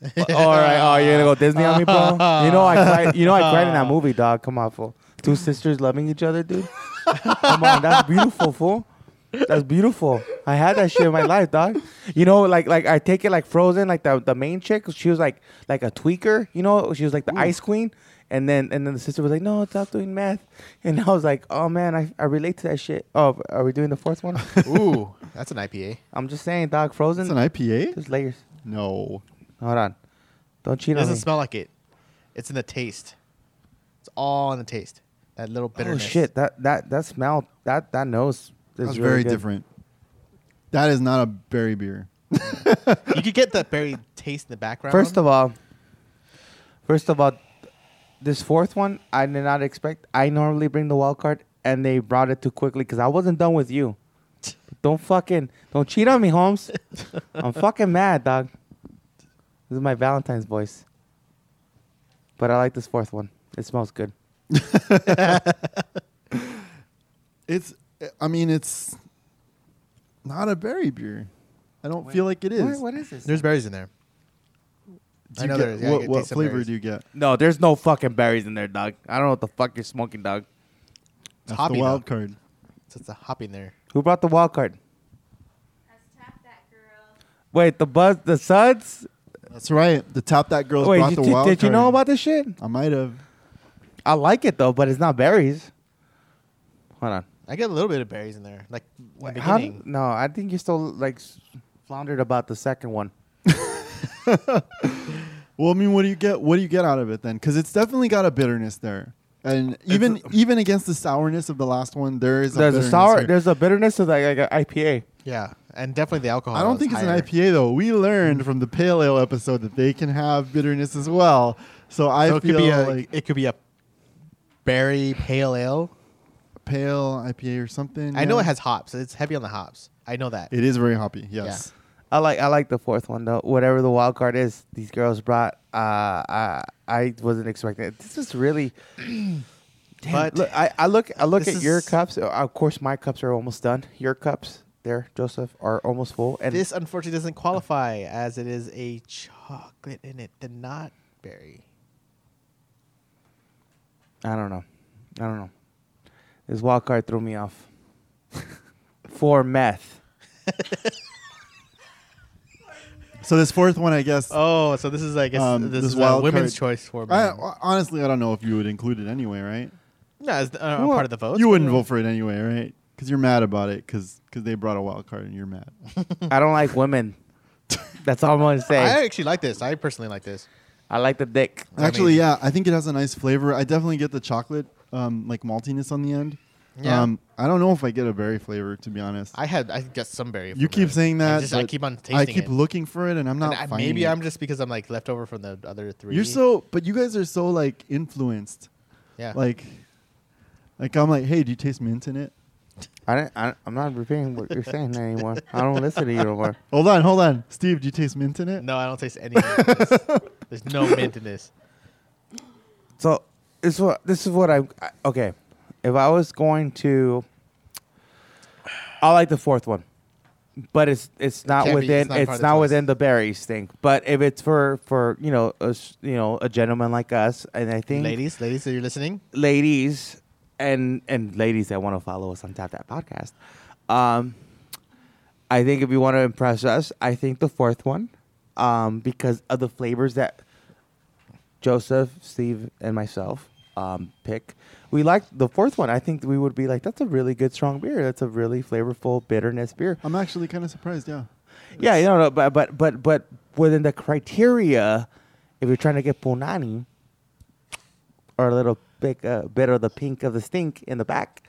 S1: All right. Oh, you're gonna go Disney on me, bro. You know I cried. You know I cried in that movie, dog. Come on, fool. Two sisters loving each other, dude. Come on, that's beautiful, fool. That's beautiful. I had that shit in my life, dog. You know, like like I take it like Frozen, like the the main chick. She was like like a tweaker. You know, she was like the ice queen. And then and then the sister was like, "No, stop doing math." And I was like, "Oh man, I, I relate to that shit." Oh, are we doing the fourth one?
S4: Ooh, that's an IPA.
S1: I'm just saying, dog.
S2: It's
S1: Frozen.
S2: an IPA.
S1: There's layers.
S2: No.
S1: Hold on. Don't cheat
S4: It
S1: on
S4: doesn't
S1: me.
S4: smell like it. It's in the taste. It's all in the taste. That little bitterness.
S1: Oh shit! That that that smell that that nose is
S2: That's
S1: really
S2: very
S1: good.
S2: different. That is not a berry beer.
S4: You could get that berry taste in the background.
S1: First of all, first of all, this fourth one I did not expect. I normally bring the wild card, and they brought it too quickly because I wasn't done with you. don't fucking don't cheat on me, Holmes. I'm fucking mad, dog. This is my Valentine's voice. But I like this fourth one. It smells good.
S2: It's. I mean, it's not a berry beer. I don't feel like it is.
S1: What, what is this?
S4: there's berries in there.
S2: Do
S4: I
S2: you
S4: know
S2: get-
S4: there is. Yeah, I
S2: what
S4: get
S2: what
S4: taste some
S2: flavor
S4: berries.
S2: do you get?
S1: no, there's no fucking berries in there, dog. I don't know what the fuck you're smoking, dog.
S2: That's
S4: hoppy,
S2: the
S4: though.
S2: wild card.
S4: So it's a hop in there.
S1: Who brought the wild card? Wait, the buzz, the suds.
S2: That's right. The top that girls
S1: Wait,
S2: brought
S1: you-
S2: the
S1: did,
S2: wild
S1: did you
S2: card.
S1: know about this shit?
S2: I might have.
S1: I like it though, but it's not berries. Hold on.
S4: I get a little bit of berries in there. Like in the
S1: How d-
S4: beginning.
S1: no, I think you still like s- floundered about the second one.
S2: Well, I mean, what do you get? What do you get out of it then? Because it's definitely got a bitterness there, and even even against the sourness of the last one, there is a
S1: there's a
S2: bitterness
S1: sour.
S2: here.
S1: There's a bitterness to like, like an IPA.
S4: Yeah, and definitely the alcohol.
S2: I don't
S4: is
S2: think it's
S4: higher.
S2: an IPA though. We learned from the pale ale episode that they can have bitterness as well. So I
S4: So it
S2: feel
S4: could be a
S2: like
S4: it could be a berry pale ale.
S2: pale IPA or something.
S4: I know
S2: yeah.
S4: it has hops. It's heavy on the hops. I know that.
S2: It is very hoppy. Yes.
S1: I like I like the fourth one though. Whatever the wild card is, these girls brought. Uh, I I wasn't expecting it. This is really. Damn,
S4: But
S1: look, I, I look I look
S4: this
S1: at your
S4: is-
S1: cups. Uh, Of course, my cups are almost done. Your cups, there, Joseph, are almost full. And
S4: This unfortunately doesn't qualify as it is a chocolate in it, the not berry.
S1: I don't know, I don't know. This wild card threw me off. For meth,
S2: So this fourth one, I guess.
S4: Oh, so this is I guess
S2: Um,
S4: this,
S2: this
S4: is
S2: wild
S4: a women's
S2: card-
S4: choice for me.
S2: I, honestly, I don't know if you would include it anyway, right?
S4: no, it's uh,
S1: Well,
S4: part of the vote.
S2: you wouldn't vote for it anyway, right? Because you're mad about it because they brought a wild card and you're mad.
S1: I don't like women. That's all I'm gonna
S4: I
S1: say.
S4: actually like this. I personally like this.
S1: I like the dick.
S2: Actually,
S4: mean-
S2: yeah, I think it has a nice flavor. I definitely get the chocolate, um, like maltiness on the end.
S4: Yeah.
S2: Um, I don't know if I get a berry flavor to be honest.
S4: I had I got some berry.
S2: you
S4: from
S2: keep
S4: it.
S2: saying that.
S4: I, just, I
S2: but
S4: keep on tasting
S2: I keep
S4: it.
S2: looking for it, and I'm
S4: And
S2: not.
S4: I-
S2: finding
S4: maybe
S2: it.
S4: I'm just because I'm like left over from the other three.
S2: You're so, but you guys are so like influenced.
S4: yeah.
S2: Like, like I'm like, hey, do you taste mint in it?
S1: I didn't, I, I'm not repeating what you're saying anymore. I don't listen to you anymore.
S2: Hold on, hold on, Steve, do you taste mint in it?
S4: no, I don't taste any. mint in this. There's no mint in this.
S1: So this is what this is what I'm I- okay. If I was going to I like the fourth one, but it's it's not
S4: can't be-
S1: within
S4: it's
S1: it's not,
S4: not part of the choice.
S1: within the berries thing. But if it's for for you know a, s- you know a gentleman like us, and I think
S4: ladies, ladies, are you listening?
S1: ladies and and ladies that want to follow us on Tap That Podcast, um, I think if you want to impress us, I think the fourth one, um, because of the flavors that Joseph, Steve, and myself um, pick. We like the fourth one. I think we would be like, that's a really good strong beer. That's a really flavorful bitterness beer.
S2: I'm actually kind of surprised. Yeah.
S1: Yeah, you know, but but but but within the criteria, if you're trying to get punani, or a little bit, uh, bit of the pink of the stink in the back,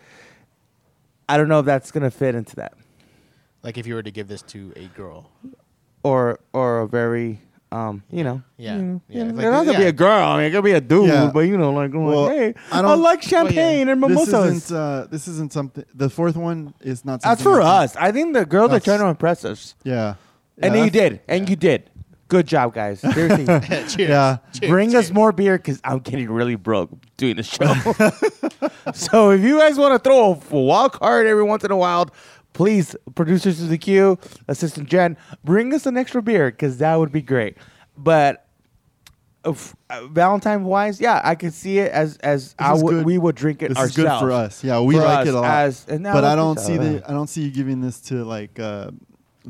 S1: I don't know if that's gonna fit into that,
S4: Like if you were to give this to a girl.
S1: or or a very, um, you know.
S4: Yeah.
S1: you
S4: Yeah,
S1: know,
S4: it's like
S1: they're not
S4: the-
S1: gonna be
S4: yeah.
S1: a girl. I mean, it could be a dude,
S2: Yeah.
S1: but you know, like, going,
S2: Well,
S1: hey,
S2: I
S1: I,
S2: don't-
S1: like champagne and
S2: This
S1: mimosas.
S2: isn't. Uh, this isn't something. The fourth one is not.
S1: that's
S2: something
S1: for
S2: I
S1: us. I think the girls are
S2: That's-
S1: trying to impress us,
S2: think- Yeah.
S1: and
S2: yeah,
S1: you
S2: that's-
S1: did, and you did. Good job, guys. Seriously.
S4: Cheers.
S2: Yeah.
S1: Bring us more beer because I'm getting really broke doing the show. so if you guys want to throw a wild card every once in a while, please, producers to the queue, assistant Jen, bring us an extra beer because that would be great. But if, uh, Valentine wise, yeah, I can see it as as I
S2: is
S1: would-
S2: good.
S1: we would drink it
S2: This
S1: ourselves.
S2: is good for us. Yeah, we
S1: For
S2: like
S1: us
S2: it a lot.
S1: as- and no,
S2: but I
S1: I
S2: don't
S1: don't
S2: see
S1: think so.
S2: the. I don't see you giving this to like uh,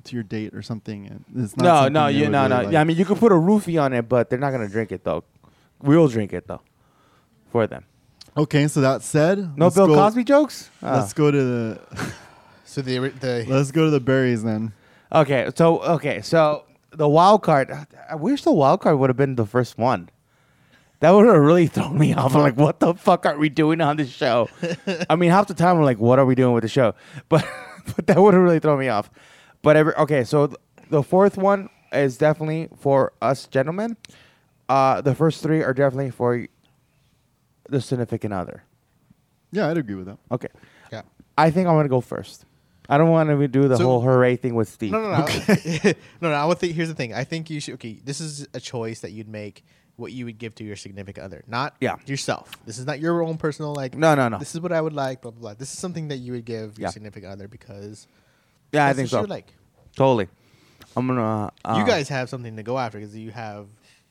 S2: to your date or something. and It's not
S1: No,
S2: something
S1: no,
S2: they
S1: you
S2: would
S1: no,
S2: really
S1: no.
S2: like.
S1: Yeah, I mean, you could put a roofie on it, but they're not gonna drink it though. We'll drink it though, for them.
S2: Okay, so that said,
S1: No
S2: let's
S1: Bill
S2: go-
S1: Cosby jokes. Oh.
S2: Let's go to the.
S4: So the the
S2: Let's go to the berries then.
S1: Ah. Okay, so okay, so the wild card. I wish the wild card would have been the first one. That would have really thrown me off. I'm like, what the fuck are we doing on this show? I mean, half the time I'm like, what are we doing with the show? But but that would have really thrown me off. But every okay, so th- the fourth one is definitely for us gentlemen. Uh, the first three are definitely for the significant other.
S2: Yeah, I'd agree with that.
S1: Okay,
S4: yeah.
S1: I think I'm gonna go first. I don't want to do the
S4: So-
S1: whole hooray thing with Steve.
S4: No, no, no. no, no. I would think. Here's the thing. I think you should. Okay, this is a choice that you'd make. What you would give to your significant other, not
S1: Yeah.
S4: yourself. This is not your own personal like.
S1: No, no, no.
S4: This is what I would like. Blah blah. blah. This is something that you would give your
S1: Yeah.
S4: significant other because
S1: Yeah, I
S4: that's
S1: think
S4: what you
S1: so.
S4: would like.
S1: Totally. I'm gonna. Uh,
S4: you guys have something to go after because you have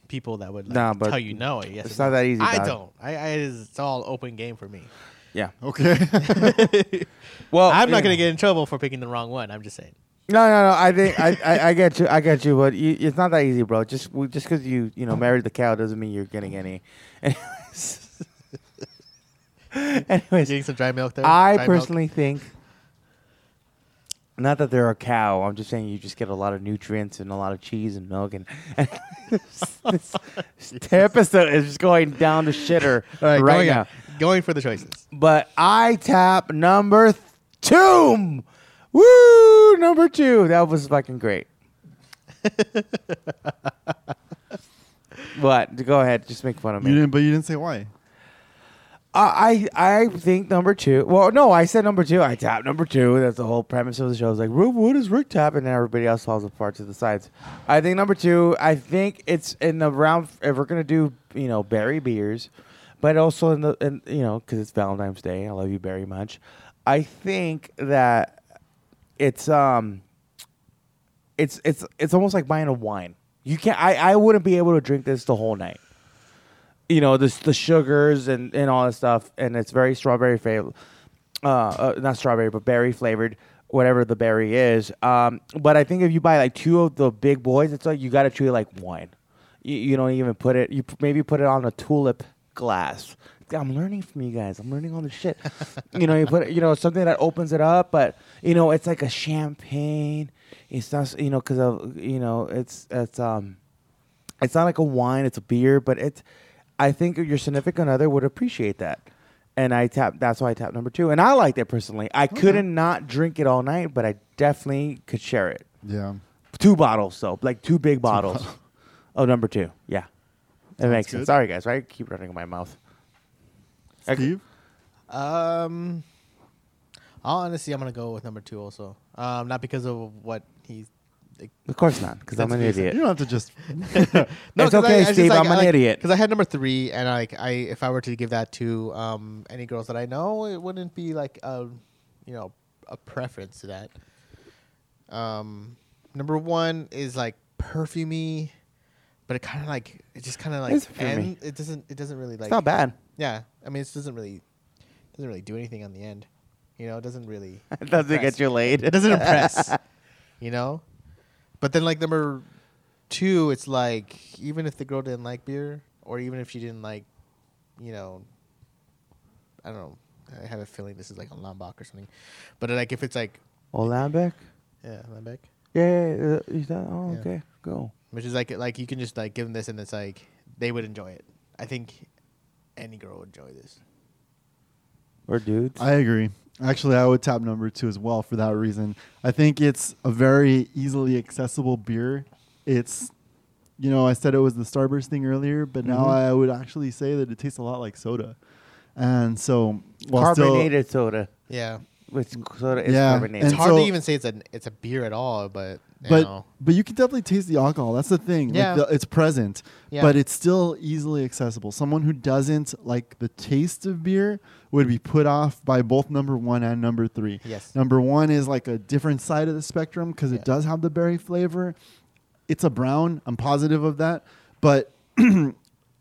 S4: people that would like
S1: Nah, but
S4: tell you no. Yes,
S1: it's
S4: or
S1: not
S4: no.
S1: that easy,
S4: I
S1: dog.
S4: don't. I, I it's all open game for me.
S1: Yeah.
S2: Okay.
S1: Well,
S4: I'm not
S1: yeah.
S4: gonna get in trouble for picking the wrong one. I'm just saying.
S1: No, no, no. I think I, I, I get you. I get you. But you, it's not that easy, bro. Just, we, just because you, you know, married the cow doesn't mean you're getting any. Anyways, Anyways
S4: Getting some dry milk there.
S1: I
S4: Dry milk.
S1: personally think. Not that they're a cow. I'm just saying you just get a lot of nutrients and a lot of cheese and milk and. and this, this episode is just going down the shitter right,
S4: going,
S1: now.
S4: Oh, going for the choices.
S1: But I tap number th- two. Woo! Number two. That was fucking great. what? Go ahead. Just make fun of
S2: you
S1: me.
S2: didn't, but you didn't say why.
S1: I, I I think number two. Well, no, I said number two. I tap number two. That's the whole premise of the show. It's like, Rick, what is Rick tap? And then everybody else falls apart to the sides. I think number two. I think it's in the round. If we're gonna do, you know, Barry beers, but also in the, in, you know, because it's Valentine's Day. I love you very much. I think that it's um it's it's it's almost like buying a wine. You can't. I I wouldn't be able to drink this the whole night. You know, this the sugars and and all that stuff, and it's very strawberry flavored. Uh, uh, not strawberry, but berry flavored, whatever the berry is. Um, but I think if you buy like two of the big boys, it's like you got to treat it like wine. You, you don't even put it. You p- maybe put it on a tulip glass. I'm learning from you guys. I'm learning all this shit. you know, you put it- you know something that opens it up, but you know it's like a champagne. It's not s- you know because of you know it's it's um it's not like a wine, it's a beer, but it's I think your significant other would appreciate that. And I tap that's why I tap number two. And I liked it personally. I couldn't not drink it all night, but I definitely could share it.
S2: Yeah.
S1: Two bottles though, like two big bottles Oh, number two. Yeah. That makes
S2: good.
S1: sense. Sorry guys, right? Keep running in my mouth. I-
S2: Steve.
S4: Um, honestly, I'm gonna go with number two also. Um, not because of what he's. Like,
S1: Of course not, because I'm
S4: That's
S1: an
S4: decent.
S1: idiot.
S2: You don't have to just.
S1: It's okay, Steve, I'm an idiot.
S4: Because I had number three, and like I, if I were to give that to um any girls that I know, it wouldn't be like um, you know, a preference to that. Um, number one is like perfumey, but it kind of like it just kind of like
S1: It's perfumey.
S4: end, it doesn't it doesn't really like
S1: it's not bad.
S4: yeah, I mean it doesn't really doesn't really do anything on the end, you know. It doesn't really
S1: It doesn't
S4: impress.
S1: get you laid.
S4: It doesn't impress, you know. But then like number two, it's like even if the girl didn't like beer, or even if she didn't like, you know, I don't know. I have a feeling this is like on Lombok or something, but like if it's like
S1: Olympic?
S4: yeah, Lambic,
S1: Yeah, yeah, yeah, is that? Oh,
S4: Yeah.
S1: okay. Go.
S4: which is like like you can just like give them this and it's like they would enjoy it. I think any girl would enjoy this.
S1: Or dudes.
S2: I agree. Actually, I would tap number two as well for that reason. I think it's a very easily accessible beer. It's, you know, I said it was the Starburst thing earlier, but now
S1: Mhm.
S2: I would actually say that it tastes a lot like soda. And so, while still-
S1: carbonated soda.
S4: Yeah,
S1: Which soda is
S2: Yeah,
S1: carbonated.
S4: it's
S2: And
S4: hard
S2: so-
S4: to even say it's a it's a beer at all, but you
S2: but
S4: know.
S2: but you can definitely taste the alcohol. That's the thing. Like,
S4: Yeah.
S2: the- it's present,
S4: Yeah.
S2: but it's still easily accessible. Someone who doesn't like the taste of beer would be put off by both number one and number three.
S4: Yes.
S2: Number one is like a different side of the spectrum because
S4: Yeah.
S2: it does have the berry flavor. It's a brown. I'm positive of that, but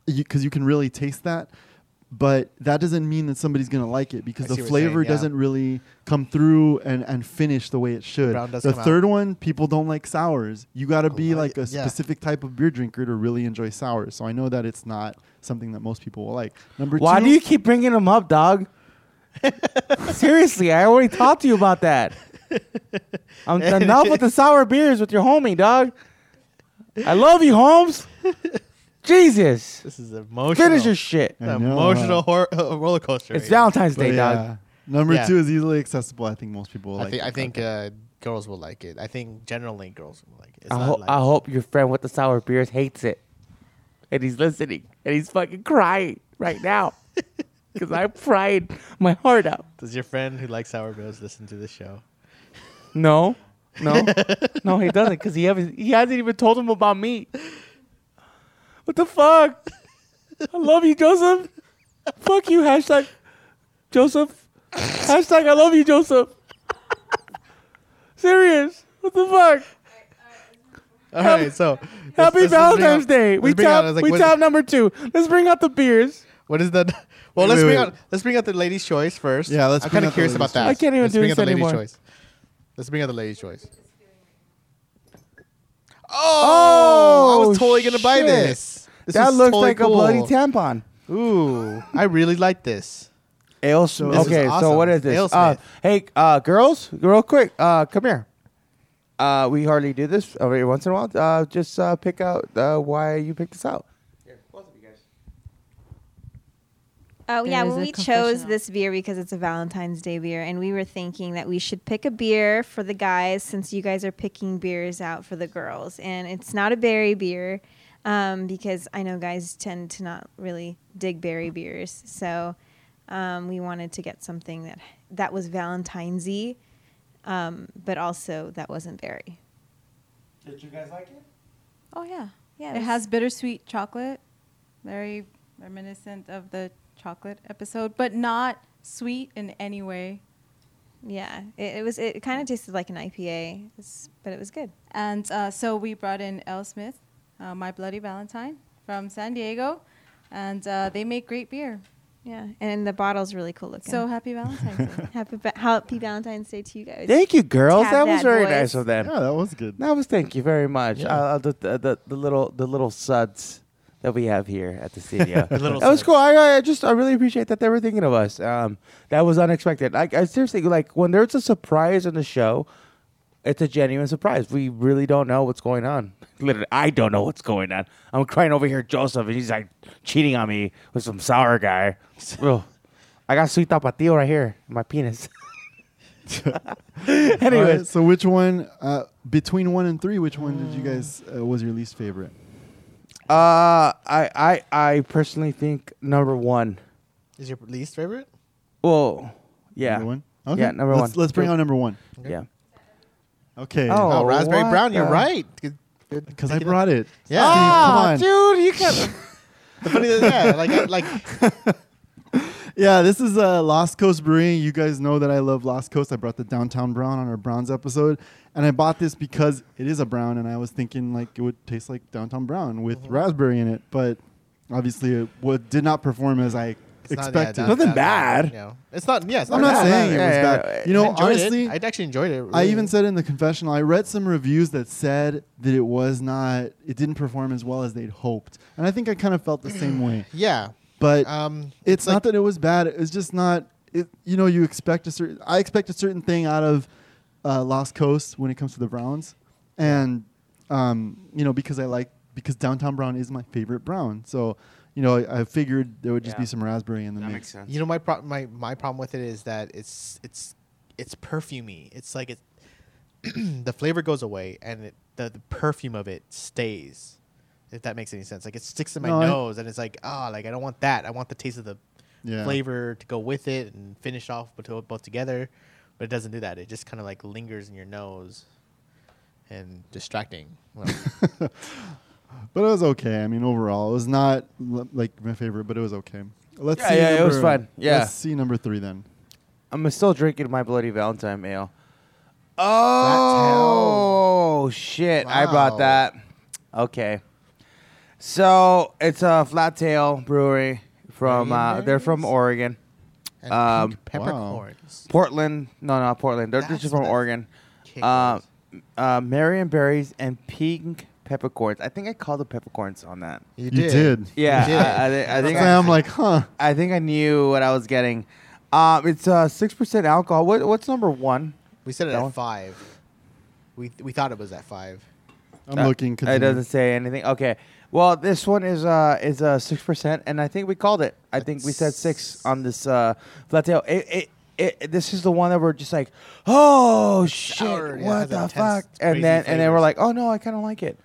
S2: because you, can really taste that. But that doesn't mean that somebody's gonna like it because the
S4: I see what you're saying,
S2: flavor
S4: yeah.
S2: doesn't really come through and, and finish the way it should.
S4: Brown does
S2: the
S4: come out.
S2: third one, people don't like sours. You got to be
S4: Oh,
S2: like a
S4: yeah.
S2: specific type of beer drinker to really enjoy sours. So I know that it's not something that most people will like. Number
S1: Why
S2: two,
S1: do you keep bringing them up, dog? Seriously, I already talked to you about that. I'm enough with the sour beers with your homie, dog. I love you, Holmes. Jesus,
S4: This is emotional.
S1: finish your shit.
S2: I
S4: It's an
S2: know,
S4: emotional
S2: uh,
S4: hor- uh, roller coaster.
S1: It's
S4: right now.
S1: Valentine's
S2: but
S1: Day, dog.
S2: Oh, yeah. Number
S4: Yeah.
S2: two is easily accessible. I think most people will
S4: I
S2: like.
S4: think I
S2: it.
S4: think uh, girls will like it. I think generally girls will like it. It's
S1: I,
S4: not
S1: ho-
S4: like-
S1: I hope your friend with the sour beers hates it, and he's listening, and he's fucking crying right now because I cried my heart out.
S4: Does your friend who likes sour beers listen to this show?
S1: No, no, no, he doesn't because he haven't he hasn't even told him about me. What the fuck? I love you, Joseph. fuck you, hashtag Joseph. hashtag I love you, Joseph. Serious? What the fuck?
S4: All right, so
S1: Happy
S4: let's- let's- let's bring
S1: Valentine's
S4: out-
S1: Day.
S4: let's
S1: We
S4: bring out-
S1: tap.
S4: I was like,
S1: we
S4: what-
S1: tap number two. Let's bring out the beers.
S4: What is that? Well,
S2: Wait,
S4: let's
S2: wait,
S4: bring
S2: wait.
S4: out let's bring out the lady's choice first.
S2: Yeah, let's
S4: I'm
S2: bring
S4: kind
S2: out
S4: of
S2: the
S4: curious
S2: lady's
S4: about that.
S1: choice. I can't even
S4: let's
S1: do
S4: bring
S1: this
S4: out the lady's
S1: anymore.
S4: choice. Let's bring out the lady's choice.
S1: Oh,
S4: Oh, I was totally gonna buy
S1: shit.
S4: this. This
S1: that
S4: is
S1: looks
S4: totally
S1: like a bloody
S4: cool.
S1: tampon.
S4: Ooh, I really like this.
S1: Ale
S2: So-
S1: Smith.
S2: This is
S1: Okay, so
S4: awesome.
S1: what is this?
S4: Ale
S1: Uh,
S4: Smith.
S1: hey, uh, girls, real quick, uh, come here. Uh, we hardly do this every once in a while. Uh, just uh, pick out uh, why you picked this out.
S5: Oh
S6: There
S5: yeah,
S6: is
S5: well,
S6: a
S5: we chose
S6: confessional.
S5: this beer because it's a Valentine's Day beer, and we were thinking that we should pick a beer for the guys since you guys are picking beers out for the girls, and it's not a berry beer um, because I know guys tend to not really dig berry beers, so um, we wanted to get something that that was Valentine's-y, um, but also that wasn't berry.
S1: Did you guys like it?
S6: Oh yeah.
S5: Yeah,
S6: It has bittersweet chocolate, very reminiscent of the chocolate episode, but not sweet in any way.
S5: yeah. It, it was. It kind of tasted like an IPA, It's- but it was good.
S6: And uh, so we brought in L. Smith, uh, My Bloody Valentine from San Diego, and uh, they make great beer.
S5: Yeah, and the bottle's really cool looking.
S6: So happy Valentine's Day.
S5: Happy, ba- happy Valentine's Day to you guys.
S1: Thank you, girls.
S5: Tap
S1: That was
S5: that,
S1: very
S5: boys.
S1: nice of them.
S2: Yeah, that was good.
S1: That was thank you very much.
S4: Yeah.
S1: Uh, the, the, the the little the little suds that we have here at the studio.
S4: The little
S1: that was
S4: suds.
S1: cool. I, I just I really appreciate that they were thinking of us. Um, that was unexpected. Like I seriously like when there's a surprise in the show, it's a genuine surprise. We really don't know what's going on. Literally, I don't know what's going on. I'm crying over here, Joseph, and he's like cheating on me with some sour guy. Ugh. I got sweet tapatio right here, in my penis.
S2: All right,
S1: Anyways,
S2: so which one uh, between one and three? Which one did you guys uh, was your least favorite?
S1: Uh, I, I, I personally think number one.
S4: Is your least favorite?
S1: Whoa, yeah,
S2: Number one.
S1: Yeah, number
S2: let's,
S1: one.
S2: Let's bring
S1: Good.
S2: out number one.
S1: yeah.
S2: Okay.
S1: Oh,
S4: Oh, raspberry
S1: what
S4: brown. You're
S1: the-
S4: right.
S2: because I brought it. Steve,
S4: Yeah.
S2: come
S1: Ah,
S2: on.
S1: dude, you can.
S4: The funny thing, yeah, like like
S2: Yeah, this is uh, Lost Coast Brewing. You guys know that I love Lost Coast. I brought the Downtown Brown on our Browns episode, and I bought this because it is a brown, and I was thinking like it would taste like Downtown Brown with
S4: Mm-hmm.
S2: raspberry in it, but obviously it wa- did not perform as I
S4: It's not- yeah,
S2: expected.
S4: that-
S1: Nothing
S4: that-
S1: bad.
S4: You know, it's not. Yeah, it's not.
S2: I'm not
S4: bad.
S2: saying it was
S1: Yeah, yeah, yeah.
S2: bad. You know,
S4: enjoyed it.
S2: honestly,
S4: I'd actually enjoyed it.
S2: I
S4: really.
S2: even said in the confessional, I read some reviews that said that it was not, it didn't perform as well as they'd hoped. And I think I kind of felt the same way.
S4: Yeah.
S2: But
S4: Um,
S2: it's
S4: like-
S2: not that it was bad. It's just not, it, you know, you expect a certain, I expect a certain thing out of uh, Lost Coast when it comes to the Browns. And, um, you know, because I like, because Downtown Brown is my favorite Brown. So, you know, I, I figured there would just
S1: Yeah.
S2: be some raspberry in the
S1: That
S2: mix.
S1: makes sense.
S4: You know my pro- my my problem with it is that it's it's it's perfumey. It's like it the flavor goes away and it, the, the perfume of it stays. If that makes any sense. Like it sticks in my
S2: No, I-
S4: nose and it's like, "Ah, like I don't want that. I want the taste of the
S2: Yeah.
S4: flavor to go with it and finish off both, both together." But it doesn't do that. It just kind of like lingers in your nose and distracting. Well,
S2: But it was okay. I mean, overall, it was not l- like my favorite, but it was okay. Let's
S1: Yeah,
S2: see.
S1: yeah, it was
S2: number-
S1: fun. Yeah.
S2: Let's see number three then.
S1: I'm still drinking my bloody Valentine ale. Oh shit! I brought
S4: Wow.
S1: that. Okay, so it's a Flat Tail Brewery from. Uh, they're from
S4: Nice.
S1: Oregon,
S4: and
S1: Um,
S4: pink peppercorns.
S1: Portland. No, not Portland. They're
S4: That's
S1: just
S4: what
S1: from
S4: that
S1: Oregon.
S4: kick
S1: Uh,
S4: was.
S1: uh, Marion berries and pink peppercorns. I think I called the peppercorns on that.
S4: You
S2: did.
S1: Yeah,
S4: You did.
S1: I, I, thi- I think
S2: So
S1: I-
S2: I'm like, huh?
S1: I think I knew what I was getting. Um, it's uh six percent alcohol. What what's number one?
S4: We said it
S1: That
S4: at
S1: one?
S4: five. We we thought it was at five.
S2: I'm
S1: Uh,
S2: looking.
S1: It
S2: continue.
S1: doesn't say anything. Okay. Well, this one is uh is uh six percent, and I think we called it. I think we said six on this uh flat tail. It, it, it, this is the one that we're just like, oh shit,
S4: sour, yeah,
S1: what
S4: has
S1: the
S4: intense,
S1: fuck?
S4: crazy
S1: And then and then we're
S4: flavors.
S1: like, oh no, I kind of like it.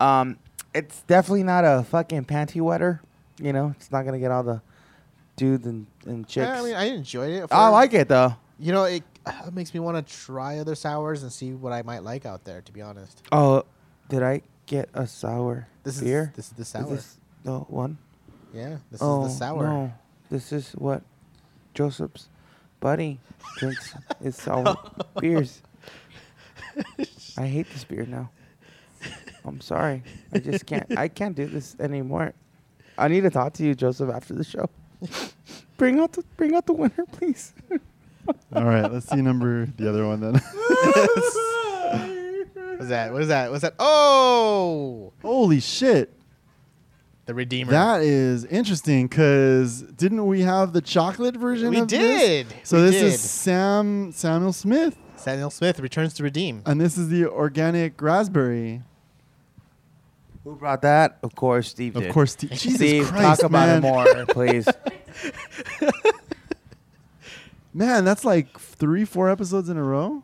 S1: Um, it's definitely not a fucking panty wetter. You know, it's not gonna get all the dudes and, and chicks.
S4: I mean, I enjoyed it.
S1: I like it though.
S4: You know, it uh, makes me want to try other sours and see what I might like out there. To be honest,
S1: Oh, did I get a sour
S4: this is
S1: beer?
S4: this is the sour.
S1: Is this the one?
S4: yeah, this
S1: oh,
S4: is the sour.
S1: No. This is what Joseph's buddy drinks his sour beers. I hate this beer now. I'm sorry. I just can't I can't do this anymore. I need to talk to you, Joseph, after the show. bring out the bring out the winner, please.
S2: All right. Let's see number the other one then.
S4: What's that? What is that? What's that? Oh,
S2: Holy shit!
S4: the Redeemer.
S2: That is interesting because didn't we have the chocolate version?
S4: We
S2: of this?
S4: did.
S2: So
S4: We
S2: this
S4: did.
S2: is Sam Samuel Smith,
S4: Samuel Smith returns to redeem.
S2: and this is the organic raspberry.
S1: Who brought that? Of course, Steve
S2: Of
S1: did.
S2: course, Steve. Jesus
S1: Steve,
S2: Christ,
S1: talk about it
S2: man.
S1: more, please.
S2: Man, that's like three, four episodes in a row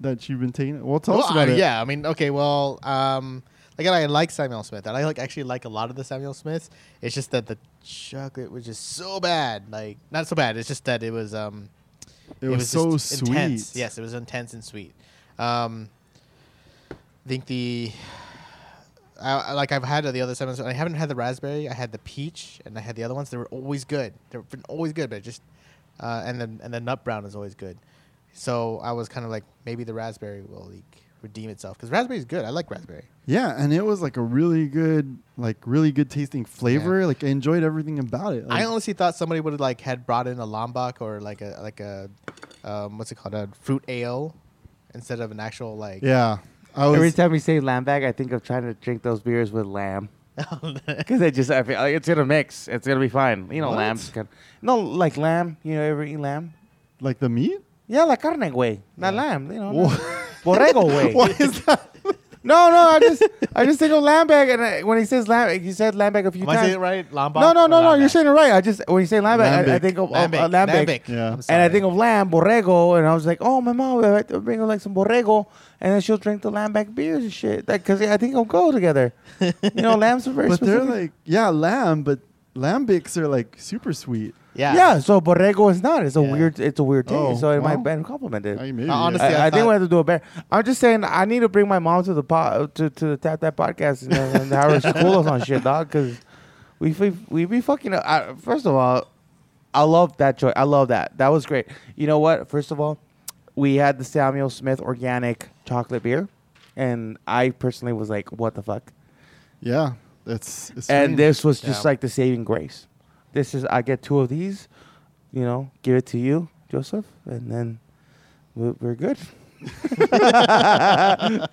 S2: that you've been taking. Well, tell us
S4: Well,
S2: about
S4: uh,
S2: it.
S4: Yeah, I mean, okay, well, um, again, I like Samuel Smith, and I like actually like a lot of the Samuel Smiths. It's just that the chocolate was just so bad, like not so bad. It's just that it was um,
S2: It, was, so
S4: just
S2: sweet.
S4: Intense. Yes, it was intense and sweet. Um, I think the I, I- like I've had the other seven. I haven't had the raspberry. I had the peach, and I had the other ones. They were always good. They've been always good, but just uh, and then and the nut brown is always good. So I was kind of like maybe the raspberry will like redeem itself because raspberry is good. I like raspberry.
S2: Yeah, and it was like a really good, like really good tasting flavor. Like I enjoyed everything about it.
S4: I
S2: Like,
S4: honestly thought somebody would have like had brought in a lombok or like a like a um, what's it called a fruit ale instead of an actual like
S2: yeah, I was.
S1: Every time you say lamb bag, I think of trying to drink those beers with lamb. Because I just, I feel like it's gonna mix. It's gonna be fine. You know,
S2: What?
S1: lamb's kind. No, like lamb. You know, ever eat lamb?
S2: like the meat.
S1: Yeah, la carne way, not lamb. You know,
S2: Wha-
S1: no. borrego way.
S2: Why is that?
S1: No, no, I just, I just think of lamb bag, and I, when he says lamb, you said lamb bag a few
S4: Am I
S1: times.
S4: saying it right? Lombok?
S1: No, no,
S4: or
S1: no, no. You're
S4: lambic?
S1: saying it right. I just when you say lamb bag, I, I
S2: Lambic.
S1: think of of,
S4: lambic.
S1: uh, lamb bag.
S4: Lambic.
S2: Yeah.
S4: I'm
S1: And I
S4: sorry.
S1: think of lamb, borrego, and I was like, oh, my mom, I have to bring her like some borrego, and then she'll drink the lamb back beers and shit. Like, cause I think they'll go together. you know, lambs are very
S2: But they're
S1: specific.
S2: like, yeah, lamb, but lambics are like super sweet.
S4: yeah,
S1: yeah. So borrego is not. It's a
S4: Yeah.
S1: weird. It's a weird taste.
S2: Oh,
S1: so it might
S2: wow.
S1: might been complimented.
S2: I
S1: I,
S2: mean,
S4: Uh, honestly,
S1: I, think
S4: thought-
S1: we have to do a better. I'm just saying, I need to bring my mom to the pot to to the tap that podcast and, uh, and have her school us on shit, dog. Cause we we we be fucking. up. I, first of uh, all, I love that choice. I love that. That was great. You know what? First of all, we had the Samuel Smith organic chocolate beer, and I personally was like, "What the fuck?"
S2: Yeah, it's, it's
S1: And
S2: strange.
S1: this was just
S4: Yeah.
S1: like the saving grace. This is I get two of these, you know, give it to you, Joseph, and then we're, we're good.
S2: But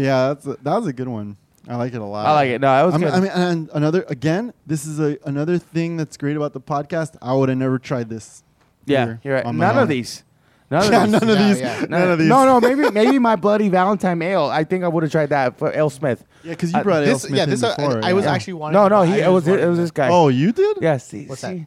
S2: yeah, that's a, that was a good one. I like it a lot.
S1: I like it. No, that was
S2: I mean,
S1: good.
S2: I mean, and another again, this is a another thing that's great about the podcast. I would have never tried this.
S1: yeah,
S2: here
S1: you're right.
S2: on my
S1: None of
S2: own.
S1: these. None of
S2: Yeah,
S1: these.
S2: none of
S4: Yeah,
S2: these.
S4: yeah.
S2: None of these.
S1: No, no, maybe maybe my bloody Valentine ale. I think I would have tried that for Ale Smith.
S2: Yeah, because you
S1: I-
S2: brought Ale
S4: This,
S2: Smith
S4: yeah,
S2: in
S4: this uh,
S2: before.
S4: I was
S2: yeah.
S4: actually wanting.
S1: No,
S4: to
S1: no,
S4: buy-
S1: he
S4: I
S1: it was it
S4: wanted
S1: was
S4: to
S1: this guy.
S2: Oh, you did?
S1: yeah, Steve.
S4: What's
S1: see,
S4: that?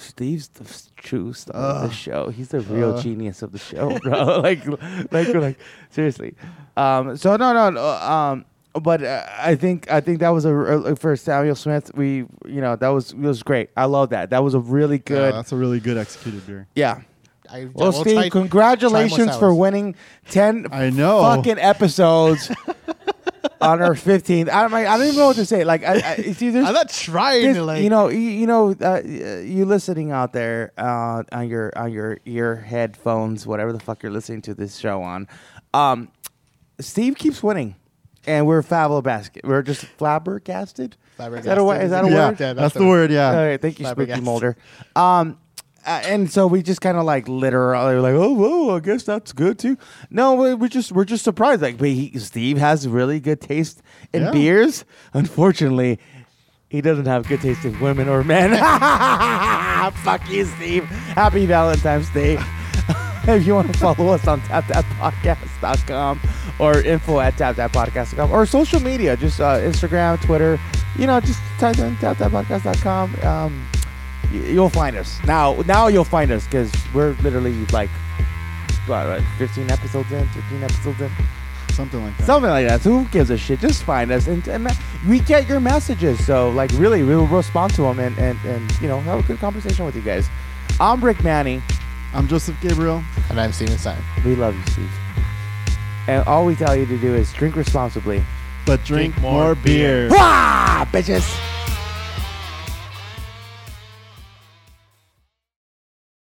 S1: Steve's the f- true star of
S2: Ugh.
S1: the show. He's the real
S2: Uh.
S1: genius of the show, bro. like, like, like, seriously. Um, so no, no, no um, but uh, I think I think that was a r- uh, for Samuel Smith. We, you know, that was it was great. I love that. That was a really
S2: Yeah,
S1: good.
S2: that's a really good executed beer.
S1: yeah.
S4: I, I
S1: Well,
S4: will
S1: Steve,
S4: try- try more
S1: congratulations for
S4: sours.
S1: winning ten
S2: I know.
S1: fucking episodes on our fifteenth. I'm like, I don't even know what to say. Like, I, I, it's either
S4: I'm not trying to
S1: this-
S4: like.
S1: you know, you, you know, uh, you listening out there uh, on your on your ear headphones, whatever the fuck you're listening to this show on. Um, Steve keeps winning, and we're flabbergasted. We're just flabbergasted. Is that a, wa- is that a
S2: yeah,
S4: Flabbergasted.
S1: word?
S4: Yeah,
S2: that's,
S4: that's
S2: the
S4: the
S2: word. Yeah.
S1: All right, thank you, Spooky
S4: Flabbergasted.
S1: Molder. Um, uh, and so we just kind of like literally like, oh, whoa, I guess that's good too. No, we- we're just we're just surprised. Like, but he, Steve has really good taste in
S2: Yeah.
S1: beers. Unfortunately, he doesn't have good taste in women or men. Fuck you, Steve. Happy Valentine's Day. if you want to follow us on tapthappodcast.com or info at tapthappodcast.com or social media, just uh, Instagram, Twitter, you know, just type in tapthappodcast.com. Um, y- you'll find us. Now, now you'll find us because we're literally like, what, like 15 episodes in, 15 episodes in.
S2: Something like that.
S1: Something like that. Uh, So who gives a shit? Just find us and, and we get your messages. So like really, we will respond to them and, and, and you know have a good conversation with you guys. I'm Rick Manny.
S2: I'm Joseph Gabriel.
S4: And I'm Steven Simon.
S1: We love you, Steve. And all we tell you to do is drink responsibly.
S2: But drink,
S3: Drink more
S2: more beer.
S1: Rah, bitches.